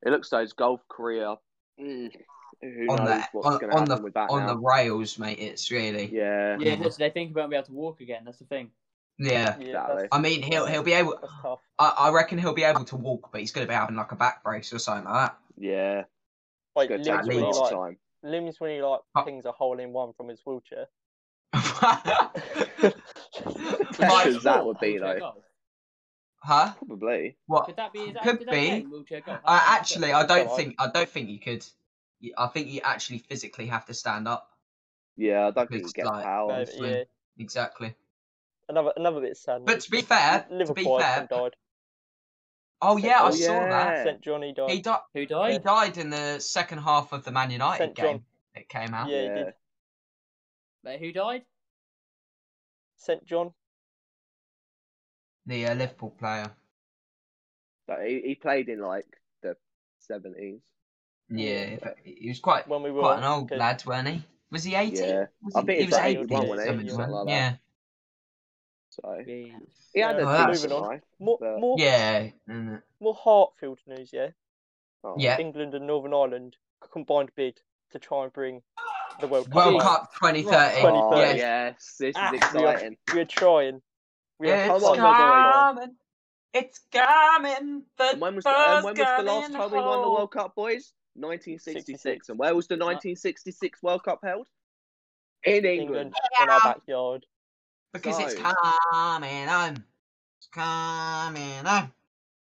Speaker 1: it looks as though his golf career. mm, who
Speaker 3: on
Speaker 1: knows
Speaker 3: the
Speaker 1: what's
Speaker 3: on,
Speaker 1: going to
Speaker 3: on
Speaker 1: happen
Speaker 3: the
Speaker 1: with that
Speaker 3: on
Speaker 1: now?
Speaker 3: the rails, mate. It's really
Speaker 1: Yeah,
Speaker 2: Yeah, literally, they think he won't be able to walk again. That's the thing.
Speaker 3: yeah.
Speaker 4: Yeah,
Speaker 1: Exactly.
Speaker 4: that's,
Speaker 3: I mean, he'll he'll be able.
Speaker 4: that's tough.
Speaker 3: I, I reckon he'll be able to walk, but he's going to be having like a back brace or something like that.
Speaker 1: yeah. It's
Speaker 4: Like
Speaker 1: going
Speaker 4: limbs
Speaker 1: to take him
Speaker 4: when
Speaker 1: a
Speaker 4: he
Speaker 3: least.
Speaker 1: lot of
Speaker 4: like
Speaker 1: time.
Speaker 4: limbs when he like
Speaker 3: Oh.
Speaker 4: pings a hole in one from his wheelchair.
Speaker 1: Texas,
Speaker 3: Mike,
Speaker 1: that would be,
Speaker 2: Wheelchair
Speaker 1: though.
Speaker 2: golf.
Speaker 3: huh?
Speaker 1: Probably.
Speaker 3: What?
Speaker 2: Could that be? Is that,
Speaker 3: Could
Speaker 2: could
Speaker 3: be.
Speaker 2: That game, wheelchair golf?
Speaker 3: I actually, I don't
Speaker 4: Alright.
Speaker 3: think, I don't think you could. you- I think you actually physically have to stand up.
Speaker 1: Yeah, I don't think he
Speaker 3: It's
Speaker 1: gets
Speaker 3: like-
Speaker 1: power.
Speaker 4: Maybe,
Speaker 3: honestly.
Speaker 4: yeah.
Speaker 3: Exactly.
Speaker 4: Another another bit sad.
Speaker 3: But to be fair, to be
Speaker 4: Liverpool I
Speaker 3: fair,
Speaker 4: think, died.
Speaker 3: Oh yeah, I
Speaker 4: Oh,
Speaker 3: saw
Speaker 1: yeah.
Speaker 4: St. Johnny died.
Speaker 3: that. He died.
Speaker 2: Who
Speaker 3: He
Speaker 2: died?
Speaker 3: died in the second half of the Man United
Speaker 4: St.
Speaker 3: game
Speaker 4: John.
Speaker 3: that came out.
Speaker 4: Yeah, he did.
Speaker 2: Wait, who died?
Speaker 4: St. John.
Speaker 3: The uh, Liverpool player.
Speaker 1: But he, he played in like the seventies.
Speaker 3: Yeah, but he was quite
Speaker 4: When we were
Speaker 3: quite an old
Speaker 4: kids.
Speaker 3: lad, weren't he? Was he eighteen?
Speaker 1: Yeah.
Speaker 3: Was
Speaker 1: I
Speaker 3: he,
Speaker 1: think
Speaker 3: he
Speaker 1: it's
Speaker 3: was
Speaker 1: like
Speaker 3: 18,
Speaker 1: 81, wasn't he?
Speaker 3: something
Speaker 1: Something like
Speaker 3: yeah,
Speaker 1: that. So
Speaker 2: Jeez.
Speaker 1: he had a
Speaker 4: Yeah,
Speaker 3: Oh, that's-
Speaker 1: decent
Speaker 4: moving on.
Speaker 1: life.
Speaker 4: More,
Speaker 1: but-
Speaker 4: more,
Speaker 3: yeah, mm,
Speaker 4: more Hartfield news, yeah?
Speaker 1: Oh,
Speaker 3: yeah.
Speaker 4: England and Northern Ireland combined bid to try and bring the World Cup.
Speaker 3: World
Speaker 4: back.
Speaker 3: Cup 2030.
Speaker 4: Right.
Speaker 1: Oh,
Speaker 3: yeah,
Speaker 4: 2030.
Speaker 1: yes, this
Speaker 4: Ah,
Speaker 1: is exciting.
Speaker 4: We are trying. We are
Speaker 1: Come
Speaker 3: It's
Speaker 1: on,
Speaker 4: trying.
Speaker 1: guys.
Speaker 3: coming. It's coming. The
Speaker 1: And when was the, and
Speaker 3: bus
Speaker 1: when was the last
Speaker 3: coming
Speaker 1: time we won the
Speaker 3: home.
Speaker 1: World Cup, boys? 1966. And where was the 1966 World Cup held? In Uh, England.
Speaker 4: England in our
Speaker 3: Yeah.
Speaker 4: backyard.
Speaker 3: Because it's
Speaker 1: So-
Speaker 3: coming home. It's coming home.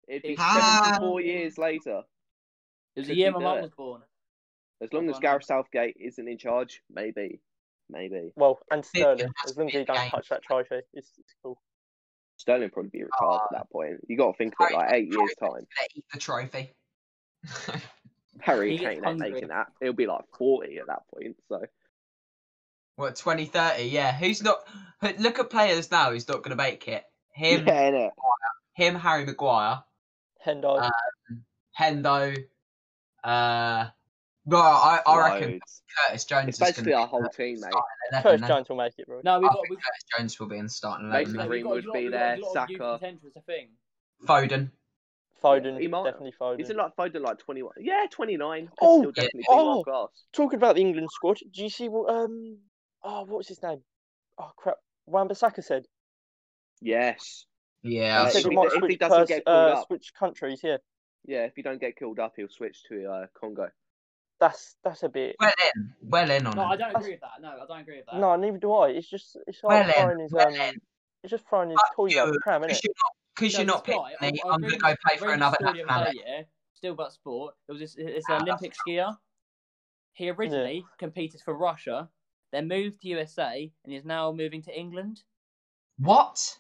Speaker 1: It'd be
Speaker 3: Ah.
Speaker 1: 74 years later.
Speaker 2: It
Speaker 1: Could
Speaker 2: was the year
Speaker 1: you
Speaker 2: my
Speaker 1: do
Speaker 2: mum
Speaker 1: it?
Speaker 2: was born.
Speaker 1: As long as Gareth Southgate isn't in charge, maybe, maybe
Speaker 4: Well, and
Speaker 3: Big game,
Speaker 4: Sterling.
Speaker 3: that's
Speaker 4: As long as he
Speaker 3: big
Speaker 4: don't
Speaker 3: game.
Speaker 4: touch that trophy, it's, it's cool.
Speaker 1: Sterling would probably be retired at that point. You got to think of it like eight years time.
Speaker 3: They eat the trophy.
Speaker 1: Harry
Speaker 2: He gets
Speaker 1: Kane ain't
Speaker 2: hungry.
Speaker 1: making that. It'll be like 40 at that point. So
Speaker 3: what 2030? Yeah, who's not? but Look at players now. Who's not going to make it?
Speaker 1: yeah,
Speaker 3: Him,
Speaker 1: innit?
Speaker 3: him, Harry Maguire,
Speaker 4: Hendo.
Speaker 3: Uh, Hendo. Uh, no, I, I reckon
Speaker 1: Loads.
Speaker 3: Curtis Jones
Speaker 1: It's
Speaker 3: is going
Speaker 1: basically
Speaker 3: to
Speaker 1: our whole team, mate.
Speaker 4: Curtis Jones will make it, bro.
Speaker 2: No,
Speaker 3: I
Speaker 2: we've got
Speaker 3: think
Speaker 2: we've
Speaker 3: Curtis Jones will be in the starting
Speaker 1: Mason
Speaker 3: eleven.
Speaker 2: we've got
Speaker 1: Greenwood
Speaker 2: a lot,
Speaker 1: be
Speaker 2: we've got
Speaker 1: there,
Speaker 2: a lot of youth
Speaker 1: Saka.
Speaker 2: potential. It's a thing.
Speaker 3: Foden.
Speaker 4: Foden,
Speaker 1: He might-
Speaker 4: definitely Foden.
Speaker 1: Isn't like Foden like 21? Yeah, 29. Could
Speaker 4: Oh,
Speaker 1: still
Speaker 3: yeah.
Speaker 1: definitely be
Speaker 4: Oh.
Speaker 1: world class.
Speaker 4: Talking about the England squad, do you see what um oh what was his name? Oh crap, Wan-Bissaka said.
Speaker 1: Yes.
Speaker 3: Yeah,
Speaker 1: Uh,
Speaker 4: He
Speaker 1: if
Speaker 4: said
Speaker 1: he
Speaker 4: he
Speaker 1: d-
Speaker 4: might
Speaker 1: if he
Speaker 4: switch,
Speaker 1: doesn't
Speaker 4: pers-
Speaker 1: get called
Speaker 4: uh,
Speaker 1: up.
Speaker 4: switch countries. Yeah,
Speaker 1: Yeah, if you don't get killed up, he'll switch to uh, Congo.
Speaker 4: that's that's a bit.
Speaker 3: well in, well in on
Speaker 2: No, I
Speaker 3: him.
Speaker 2: don't agree with that. No, I don't agree with that.
Speaker 4: No, neither do I. It's just it's
Speaker 3: Well
Speaker 4: like
Speaker 3: then,
Speaker 4: throwing his
Speaker 3: well
Speaker 4: um,
Speaker 3: then.
Speaker 4: it's just throwing his
Speaker 3: Fuck
Speaker 4: toys out of
Speaker 3: you.
Speaker 4: the pram,
Speaker 3: Because
Speaker 4: isn't
Speaker 3: you're
Speaker 4: it?
Speaker 3: not, cause
Speaker 2: No,
Speaker 3: you're not
Speaker 2: this
Speaker 3: picking
Speaker 2: guy,
Speaker 3: me,
Speaker 2: I- I read-
Speaker 3: I'm going to go
Speaker 2: I
Speaker 3: play
Speaker 2: read
Speaker 3: for
Speaker 2: a
Speaker 3: another
Speaker 2: story the other
Speaker 3: nationality.
Speaker 2: day, yeah, still about sport. It was this, it's
Speaker 3: Ah,
Speaker 2: an
Speaker 3: that's
Speaker 2: Olympic skier. He originally competed for Russia, then moved to USA, and he's now moving to England.
Speaker 3: What?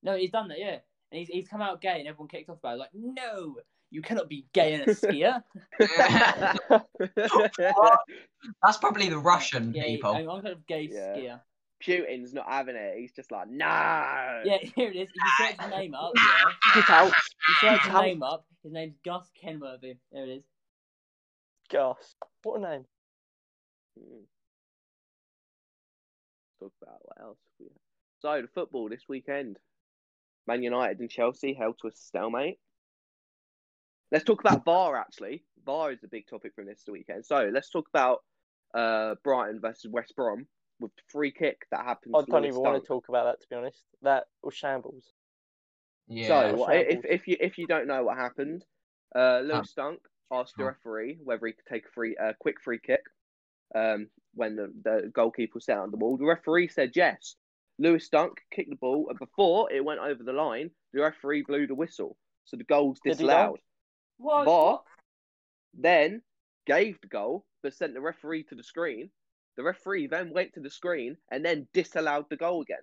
Speaker 2: No, he's done that, yeah. And he's, he's come out gay, and everyone kicked off about it. Like, no, you cannot be gay and a skier.
Speaker 3: that's probably the Russian
Speaker 2: Gay-
Speaker 3: people.
Speaker 2: I'm kind of gay
Speaker 1: Yeah.
Speaker 2: skier.
Speaker 1: Putin's not having it. He's just like, no.
Speaker 2: Yeah, here it is. If you search his name up, yeah.
Speaker 4: Get out,
Speaker 2: You search his
Speaker 4: How-
Speaker 2: name up. His name's Gus Kenworthy. There it is.
Speaker 4: Gus. What a name.
Speaker 1: Mm. Talk about what else we have. So, the football this weekend. Man United and Chelsea held to a stalemate. Let's talk about VAR, actually. VAR is the big topic from this weekend. So, let's talk about uh, Brighton versus West Brom with the free kick that happened.
Speaker 4: I don't even want to talk about that to be honest. That was shambles.
Speaker 3: Yeah.
Speaker 1: So, what- if, if, you, if you don't know what happened, uh, Lewis Stunk asked the
Speaker 3: Oh.
Speaker 1: referee whether he could take a free, uh, quick free kick um, when the, the goalkeeper was set on the ball. The referee said yes. Lewis Stunk kicked the ball, and before it went over the line, the referee blew the whistle. So the goal's
Speaker 4: Did he Oh,
Speaker 1: disallowed.
Speaker 2: What?
Speaker 1: VAR then gave the goal, but sent the referee to the screen. The referee then went to the screen and then disallowed the goal again.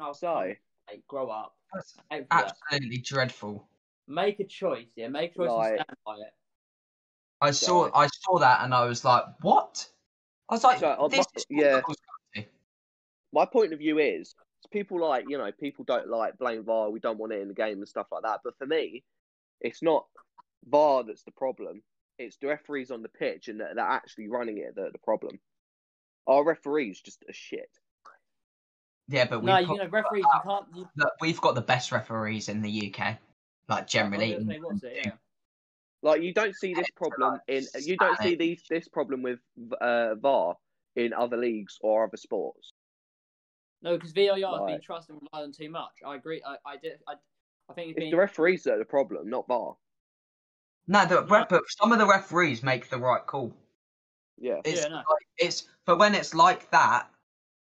Speaker 2: Oh,
Speaker 1: So,
Speaker 2: Hey, grow up.
Speaker 3: That's
Speaker 2: Out for that.
Speaker 3: absolutely dreadful.
Speaker 2: Make a choice, yeah. Make a choice
Speaker 1: Like-
Speaker 2: and stand by it.
Speaker 3: I saw I saw that and I was like, what? I was like,
Speaker 1: So, on
Speaker 3: this
Speaker 1: my-
Speaker 3: is
Speaker 1: yeah. my point of view is people like you know people don't like blame VAR. We don't want it in the game and stuff like that. But for me, it's not VAR that's the problem. It's the referees on the pitch and that they're actually running it that are the problem. Our referees just a shit.
Speaker 3: Yeah, but we've,
Speaker 2: No,
Speaker 3: got,
Speaker 2: you know, referees, you can't. You,
Speaker 3: look, we've got the best referees in the UK. Like generally,
Speaker 2: I Oh, was gonna say, what's it? Yeah.
Speaker 1: Like you don't see this problem in you don't see these this problem with uh, VAR in other leagues or other sports.
Speaker 2: No, because VAR is being
Speaker 1: Right.
Speaker 2: trusted and relied on too much. I agree. I, I did. I, I think it's
Speaker 1: It's
Speaker 2: been.
Speaker 1: the referees that are the problem, not VAR.
Speaker 3: no, the, re- but some of the referees make the right call.
Speaker 1: Yeah,
Speaker 3: It's
Speaker 2: Yeah, no.
Speaker 3: like, it's but when it's like that,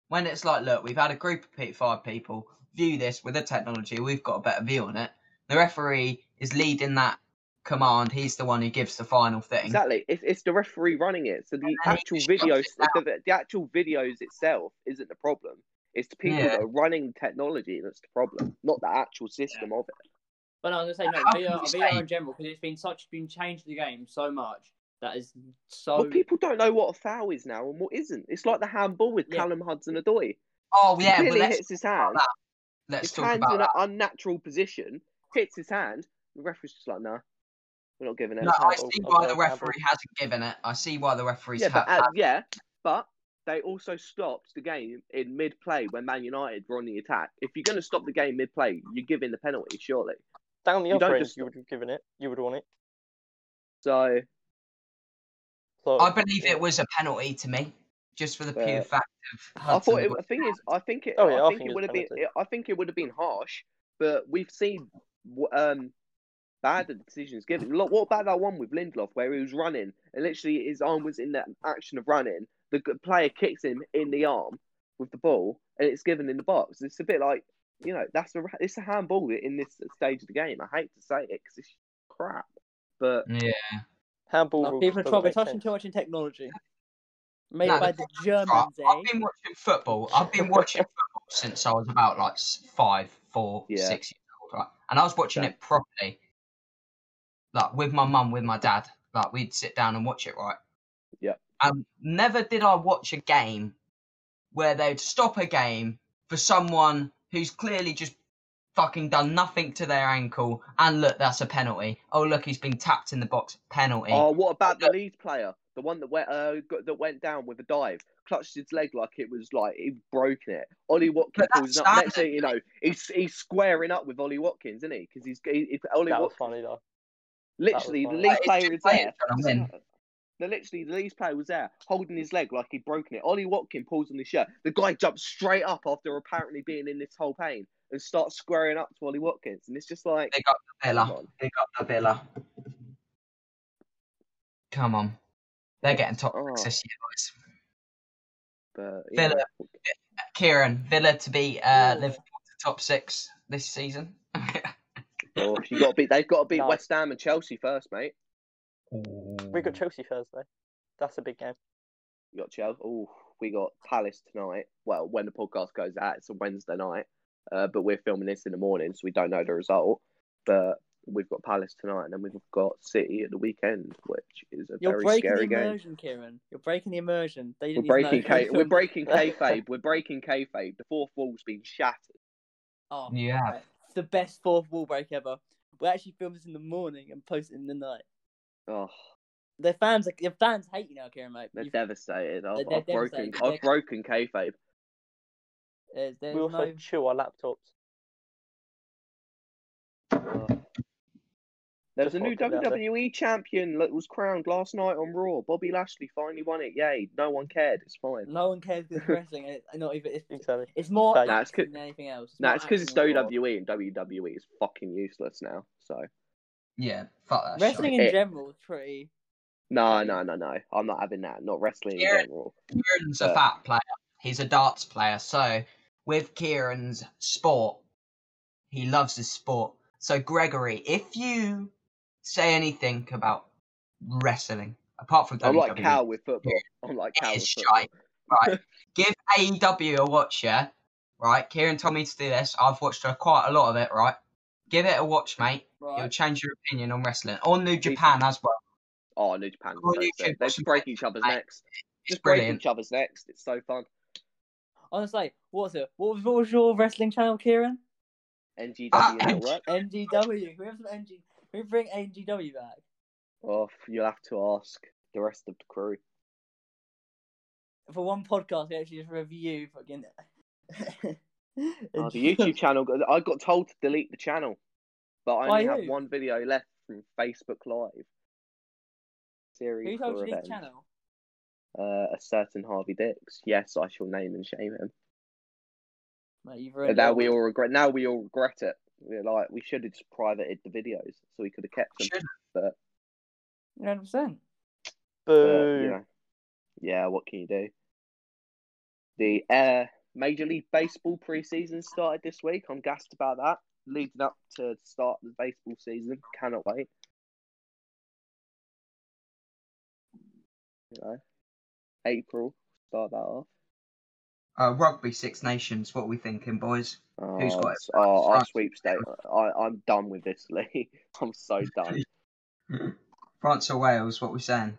Speaker 3: when it's like, look, we've had a group of pe- five people view this with the technology, we've got a better view on it. The referee is leading that command. He's the one who gives the final thing.
Speaker 1: exactly. It's it's the referee running it. So the
Speaker 3: then he
Speaker 1: actual
Speaker 3: just
Speaker 1: videos,
Speaker 3: shuts it
Speaker 1: the, the actual videos itself isn't the problem. It's the people
Speaker 3: Yeah.
Speaker 1: that are running the technology that's the problem, not the actual system of it.
Speaker 2: But no, I was going to say,
Speaker 3: How
Speaker 2: no,
Speaker 3: can you
Speaker 2: VR,
Speaker 3: say-
Speaker 2: VR in general, because it's been such, been changed the game so much that is so.
Speaker 1: But people don't know what a foul is now and what isn't. It's like the handball with
Speaker 2: Yeah.
Speaker 1: Callum Hudson Odoi.
Speaker 3: Oh yeah,
Speaker 1: he
Speaker 3: but
Speaker 1: clearly
Speaker 3: let's
Speaker 1: hits his hand.
Speaker 3: that. let's
Speaker 1: His
Speaker 3: talk
Speaker 1: hand's
Speaker 3: about
Speaker 1: in
Speaker 3: that.
Speaker 1: an unnatural position, hits his hand. The referee's just like, nah, we're not giving it.
Speaker 3: No,
Speaker 1: a
Speaker 3: I
Speaker 1: foul."
Speaker 3: see
Speaker 4: of
Speaker 3: why
Speaker 4: the
Speaker 3: the referee hasn't given it. I see why the referee's
Speaker 1: yeah, but
Speaker 3: ha-
Speaker 1: uh, yeah, but they also stopped the game in mid play when Man United were on the attack. If you're going to stop the game mid play, you're giving the penalty, surely.
Speaker 4: Down the
Speaker 1: You don't
Speaker 4: other end,
Speaker 1: just-
Speaker 4: you would have given it. You would have won it.
Speaker 1: So
Speaker 4: So,
Speaker 3: I believe
Speaker 4: yeah.
Speaker 3: it was a penalty to me, just for the pure
Speaker 1: Yeah.
Speaker 3: fact of
Speaker 1: I
Speaker 3: Hudson.
Speaker 1: thought it, the thing is, I think it.
Speaker 4: Oh, yeah,
Speaker 1: I
Speaker 4: I
Speaker 1: think,
Speaker 4: think
Speaker 1: it
Speaker 4: it's
Speaker 1: would have been.
Speaker 4: penalty.
Speaker 1: I think it would have been harsh, but we've seen w- um bad decisions given. Look, what about that one with Lindelof where he was running and literally his arm was in the action of running. The g- player kicks him in the arm with the ball, and it's given in the box. It's a bit like you know that's a ra- it's a handball in this stage of the game. I hate to say it because it's crap, but
Speaker 3: yeah,
Speaker 4: handball.
Speaker 2: No,
Speaker 4: rules
Speaker 2: people are
Speaker 4: doesn't
Speaker 2: trying, we're
Speaker 4: make
Speaker 2: touching
Speaker 4: sense.
Speaker 2: too much in technology. Made
Speaker 3: No,
Speaker 2: by
Speaker 3: the
Speaker 2: the Germans, eh?
Speaker 3: I've been watching football. I've been watching football since I was about like s- five, four,
Speaker 1: Yeah.
Speaker 3: six years old, right? And I was watching
Speaker 1: Yeah.
Speaker 3: it properly, like with my mum, with my dad. Like we'd sit down and watch it, right?
Speaker 1: Yeah.
Speaker 3: And never did I watch a game where they'd stop a game for someone who's clearly just fucking done nothing to their ankle and look, that's a penalty. Oh look, he's been tapped in the box, penalty.
Speaker 1: Oh, what about the lead player? The one that went uh, got, that went down with a dive, clutched his leg like it was like he broken it. Ollie Watkins
Speaker 3: that's
Speaker 1: pulls him up. Next
Speaker 3: standard.
Speaker 1: thing you know, he's he's squaring up with Ollie Watkins, isn't he? Because he's he, he- Ollie
Speaker 4: That was
Speaker 1: Watkins.
Speaker 4: funny though.
Speaker 1: Literally, the
Speaker 4: funny.
Speaker 1: lead
Speaker 3: It's
Speaker 1: player is
Speaker 3: just players
Speaker 1: there.
Speaker 3: trying to win.
Speaker 1: No, literally, the lead player was there holding his leg like he'd broken it. Ollie Watkins pulls on his shirt. The guy jumps straight up after apparently being in this whole pain and starts squaring up to Ollie Watkins, and it's just like,
Speaker 3: Big up the
Speaker 1: come
Speaker 3: Villa.
Speaker 1: on.
Speaker 3: Big up the Villa. Come on. They're getting top six
Speaker 1: Oh,
Speaker 3: this year, boys.
Speaker 1: but you
Speaker 3: Villa,
Speaker 1: know,
Speaker 3: Kieran, Villa to be uh,
Speaker 4: Ooh.
Speaker 3: Liverpool to top six this season.
Speaker 1: oh, you got to beat. They've got to beat
Speaker 4: No.
Speaker 1: West Ham and Chelsea first, mate.
Speaker 4: We got Chelsea Thursday. That's a big game.
Speaker 1: We got Chelsea. Oh, we got Palace tonight. Well, when the podcast goes out, it's a Wednesday night. Uh, but we're filming this in the morning, so we don't know the result. But we've got Palace tonight, and then we've got City at the weekend, which is a
Speaker 2: You're
Speaker 1: very
Speaker 2: breaking the
Speaker 1: scary game.
Speaker 2: immersion, Kieran. You're breaking the immersion. They
Speaker 1: We're
Speaker 2: didn't even
Speaker 1: breaking,
Speaker 2: know.
Speaker 1: K- we're breaking kayfabe. We're breaking kayfabe. The fourth wall's been shattered.
Speaker 2: Oh,
Speaker 3: Yeah.
Speaker 2: right. the best fourth wall break ever. We actually filmed this in the morning and posted it in the night.
Speaker 1: Oh,
Speaker 2: Their fans, are, their fans hate you now, Kieran, mate.
Speaker 1: they're
Speaker 2: You've-
Speaker 1: devastated. I've,
Speaker 2: they're
Speaker 1: I've broken.
Speaker 2: devastated.
Speaker 1: I've broken kayfabe.
Speaker 2: there's, uh, there's
Speaker 4: We also
Speaker 2: no.
Speaker 4: chew our laptops.
Speaker 1: There's a
Speaker 4: Just
Speaker 1: new
Speaker 4: wanna put that out
Speaker 1: WWE champion that was crowned last night on Raw. Bobby Lashley finally won it. Yay! No one cared. It's fine.
Speaker 2: No one cares because it's wrestling. and It's not even. It's,
Speaker 4: Exactly.
Speaker 2: it's more
Speaker 4: Nah,
Speaker 2: acting
Speaker 1: it's 'cause-
Speaker 2: than anything else.
Speaker 1: No,
Speaker 2: more
Speaker 1: it's because it's E.
Speaker 2: acting than
Speaker 1: WWE and WWE is fucking useless now. So
Speaker 3: Yeah, fuck that
Speaker 2: Wrestling
Speaker 3: shit.
Speaker 2: in
Speaker 1: It-
Speaker 2: general is pretty.
Speaker 1: no, no, no, no. I'm not having that. Not wrestling in
Speaker 3: Yeah.
Speaker 1: general.
Speaker 3: Kieran's a fat player. He's a darts player. So, with Kieran's sport, he loves his sport. So, Gregory, if you say anything about wrestling, apart from E, WWE,
Speaker 1: I'm like Cal with football. I'm like Cal
Speaker 3: it
Speaker 1: with
Speaker 3: is
Speaker 1: football.
Speaker 3: shite. Right. Give AEW a watch, yeah? Right. Kieran told me to do this. I've watched uh, quite a lot of it, right? Give it a watch, mate. It'll
Speaker 2: Right.
Speaker 3: change your opinion on wrestling. Or New Japan as well.
Speaker 1: Oh, New Japan.
Speaker 3: Go on
Speaker 1: so
Speaker 3: YouTube,
Speaker 1: sick. They
Speaker 3: watch
Speaker 1: just
Speaker 3: some
Speaker 1: break each other's
Speaker 3: mate.
Speaker 1: necks.
Speaker 3: It's
Speaker 1: Just break
Speaker 3: brilliant.
Speaker 1: each other's necks. It's so fun.
Speaker 2: Honestly, what's it? What was, what was your wrestling channel, Kieran?
Speaker 1: NGW
Speaker 3: Ah,
Speaker 1: Network.
Speaker 2: NGW. Can we have some NG? Can we bring NGW back?
Speaker 1: Oh, you'll have to ask the rest of the crew.
Speaker 2: for one podcast, we actually just review fucking.
Speaker 1: Oh, the YouTube channel. got- I got told to delete the channel, but I
Speaker 2: By
Speaker 1: only have
Speaker 2: who?
Speaker 1: one video left from Facebook Live. Series
Speaker 2: Who
Speaker 1: for
Speaker 2: told you
Speaker 1: revenge.
Speaker 2: this channel?
Speaker 1: uh, a certain Harvey Dix. Yes, I shall name and shame him.
Speaker 2: Mate, you've
Speaker 1: And
Speaker 2: ruined
Speaker 1: now
Speaker 2: it.
Speaker 1: we all regret. Now we all regret it. We're like, we should have just privated the videos so we could have kept them.
Speaker 3: Should-
Speaker 2: You're 100%.
Speaker 1: But,
Speaker 4: Boo.
Speaker 1: you know, yeah, what can you do? The uh, Major League Baseball preseason started this week. I'm gassed about that. Leading up to the start of the baseball season, cannot wait. You know, April, start that off.
Speaker 3: Uh, rugby Six Nations. What are we thinking, boys?
Speaker 1: Oh,
Speaker 3: Who's got it?
Speaker 1: it's- Oh, our
Speaker 3: Right.
Speaker 1: sweepstakes. I, I'm done with this league. I'm so done.
Speaker 3: France or Wales? What are we saying?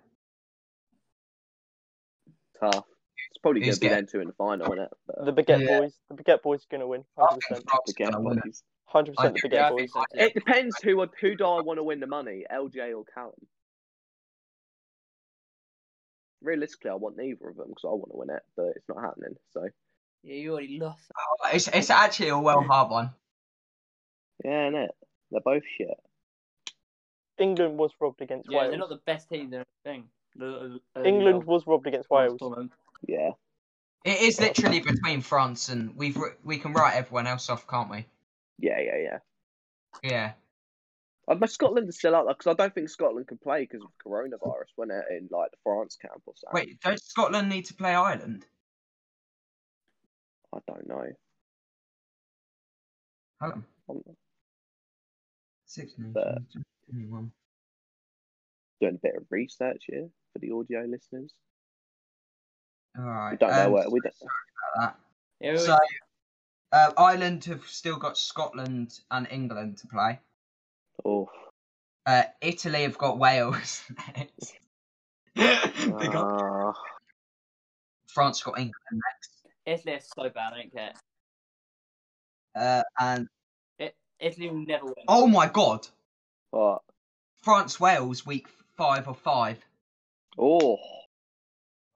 Speaker 1: Tough. It's probably going
Speaker 3: Who's
Speaker 1: to be
Speaker 3: getting-
Speaker 1: them two in the final, isn't it? But
Speaker 4: The Baguette
Speaker 3: Yeah.
Speaker 4: Boys. The Baguette Boys are going to win.
Speaker 3: I
Speaker 4: 100%.
Speaker 3: think France
Speaker 1: again,
Speaker 3: are gonna win it.
Speaker 1: boys.
Speaker 4: Hundred percent
Speaker 3: I-
Speaker 4: the Baguette
Speaker 2: Yeah, I
Speaker 4: Boys.
Speaker 2: think so.
Speaker 1: It depends who who do I want to win the money, LJ or Callum. Realistically, I want neither of them because I want to win it, but it's not happening. So
Speaker 2: Yeah, you already lost.
Speaker 3: Oh, It's, it's actually a well hard one.
Speaker 1: yeah, innit? They're both shit.
Speaker 4: England was robbed against
Speaker 2: Yeah, they're
Speaker 4: Wales.
Speaker 2: not the best team. They're the thing. The- the-
Speaker 4: England
Speaker 2: the-
Speaker 4: was robbed against Wales.
Speaker 2: tournament.
Speaker 1: Yeah,
Speaker 3: It is literally between France and we've wr- we can write everyone else off, can't we?
Speaker 1: yeah, yeah, yeah.
Speaker 3: Yeah.
Speaker 1: Uh, But Scotland is still out there because I don't think Scotland can play because of coronavirus, wasn't it? In like the France camp or something.
Speaker 3: Wait, don't Scotland need to play Ireland?
Speaker 1: I don't know.
Speaker 3: Hold on.
Speaker 1: I'm
Speaker 3: Six
Speaker 1: But-
Speaker 3: nations. Anyone.
Speaker 1: doing a bit of research here for the audio listeners.
Speaker 3: All right.
Speaker 1: We don't know
Speaker 3: um,
Speaker 1: where we don't.
Speaker 3: about
Speaker 2: Yeah,
Speaker 3: that.
Speaker 2: we-
Speaker 3: So, uh, Ireland have still got Scotland and England to play.
Speaker 1: Oh,
Speaker 3: Uh, Italy have got Wales next. they got
Speaker 1: ah.
Speaker 3: France got England next.
Speaker 2: Italy is so bad. I don't care.
Speaker 3: Uh, and
Speaker 2: It, Italy will never win.
Speaker 3: oh my God,
Speaker 1: What?
Speaker 3: France Wales week five or five.
Speaker 1: Oh,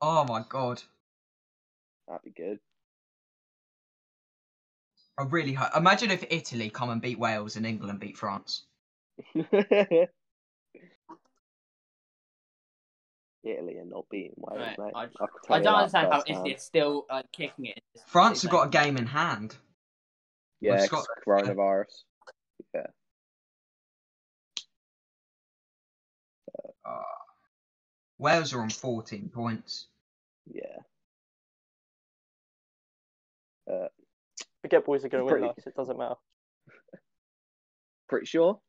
Speaker 3: Oh my God,
Speaker 1: that'd be good.
Speaker 3: I really hope. Imagine if Italy come and beat Wales and England beat France.
Speaker 1: Italy are not beating Wales,
Speaker 2: Right,
Speaker 1: mate.
Speaker 2: I-
Speaker 1: I, could tell
Speaker 2: I
Speaker 1: you
Speaker 2: don't
Speaker 1: that
Speaker 2: understand how
Speaker 1: firsthand.
Speaker 2: Italy is still uh, kicking it. It's-
Speaker 3: France
Speaker 2: it's
Speaker 3: have
Speaker 2: like-
Speaker 3: got a game in hand.
Speaker 1: Yeah,
Speaker 3: with
Speaker 1: 'cause
Speaker 3: Scotland.
Speaker 1: coronavirus.
Speaker 3: Ah. Wales are on fourteen points.
Speaker 1: Yeah,
Speaker 4: Baguette Boys are going to win.
Speaker 1: Pretty-
Speaker 4: Nice. It doesn't matter.
Speaker 1: pretty sure.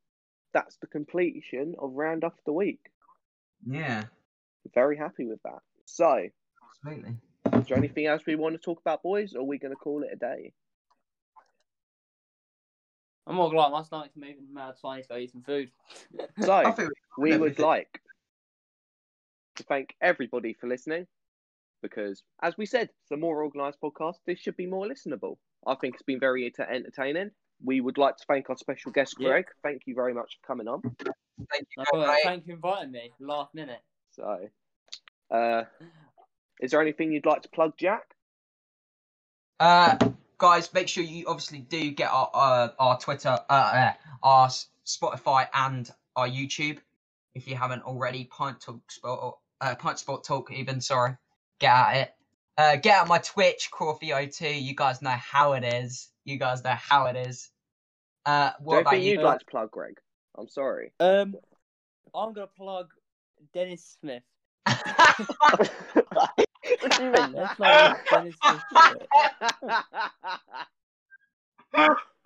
Speaker 1: That's the completion of round off the week.
Speaker 3: Yeah,
Speaker 1: Very happy with that. So,
Speaker 3: absolutely.
Speaker 1: is there anything else we want to talk about, boys? Or are we going to call it a day?
Speaker 2: I'm not gonna lie, my stomach's moving mad. So I need to go eat some food.
Speaker 3: I
Speaker 1: So,
Speaker 3: think
Speaker 1: we would
Speaker 3: everything.
Speaker 1: like to thank everybody for listening because, as we said, it's a more organised podcast. This should be more listenable. I think it's been very enter- entertaining. We would like to thank our special guest,
Speaker 2: Yeah.
Speaker 1: Greg. Thank you very much for coming on.
Speaker 3: thank you.
Speaker 2: Like, oh,
Speaker 3: mate.
Speaker 2: thank you for inviting me. Last minute.
Speaker 1: So, uh, is there anything you'd like to plug, Jack?
Speaker 3: Uh, guys, make sure you obviously do get our uh, our Twitter, uh, uh, our S- Spotify, and our YouTube if you haven't already. Pint Talk Sport, uh, Pint Sport Talk, even sorry, get at it. Uh, get out my Twitch, Crawfy02. You guys know how it is. You guys know how it is. Uh, what
Speaker 1: Don't
Speaker 3: about
Speaker 1: think
Speaker 3: you?
Speaker 1: you'd like to plug, Greg. I'm sorry.
Speaker 2: Um, I'm gonna plug Dennis Smith.
Speaker 4: What do you mean?
Speaker 2: Let's plug Dennis Smith.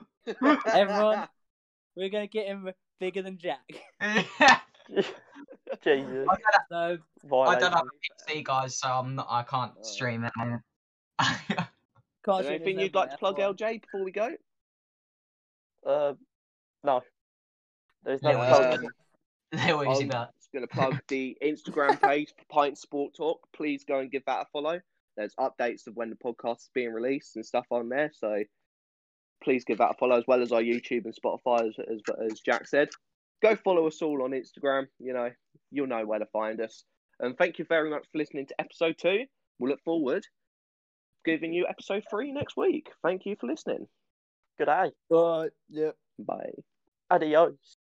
Speaker 2: Everyone, we're gonna get him bigger than Jack. So
Speaker 4: Jesus.
Speaker 3: I don't
Speaker 4: Violation.
Speaker 3: have a PC, guys, so I'm not, I can't stream it.
Speaker 1: Is
Speaker 2: can't
Speaker 1: there
Speaker 2: shoot
Speaker 1: anything
Speaker 2: us
Speaker 1: you'd like to
Speaker 2: everywhere.
Speaker 1: plug, LJ, before we go?
Speaker 4: Uh, no. There's no.
Speaker 3: Little
Speaker 1: Uh,
Speaker 3: easy- little easy
Speaker 1: I'm
Speaker 3: bit.
Speaker 1: just going to plug the Instagram page for Pint Sport Talk. Please go and give that a follow. There's updates of when the podcast is being released and stuff on there. So please give that a follow as well as our YouTube and Spotify, as, as, as Jack said. Go follow us all on Instagram. You know, you'll know where to find us. And thank you very much for listening to episode two. We'll look forward to giving you episode three next week. Thank you for listening.
Speaker 4: Good day.
Speaker 2: But yeah.
Speaker 1: Bye.
Speaker 4: Adios.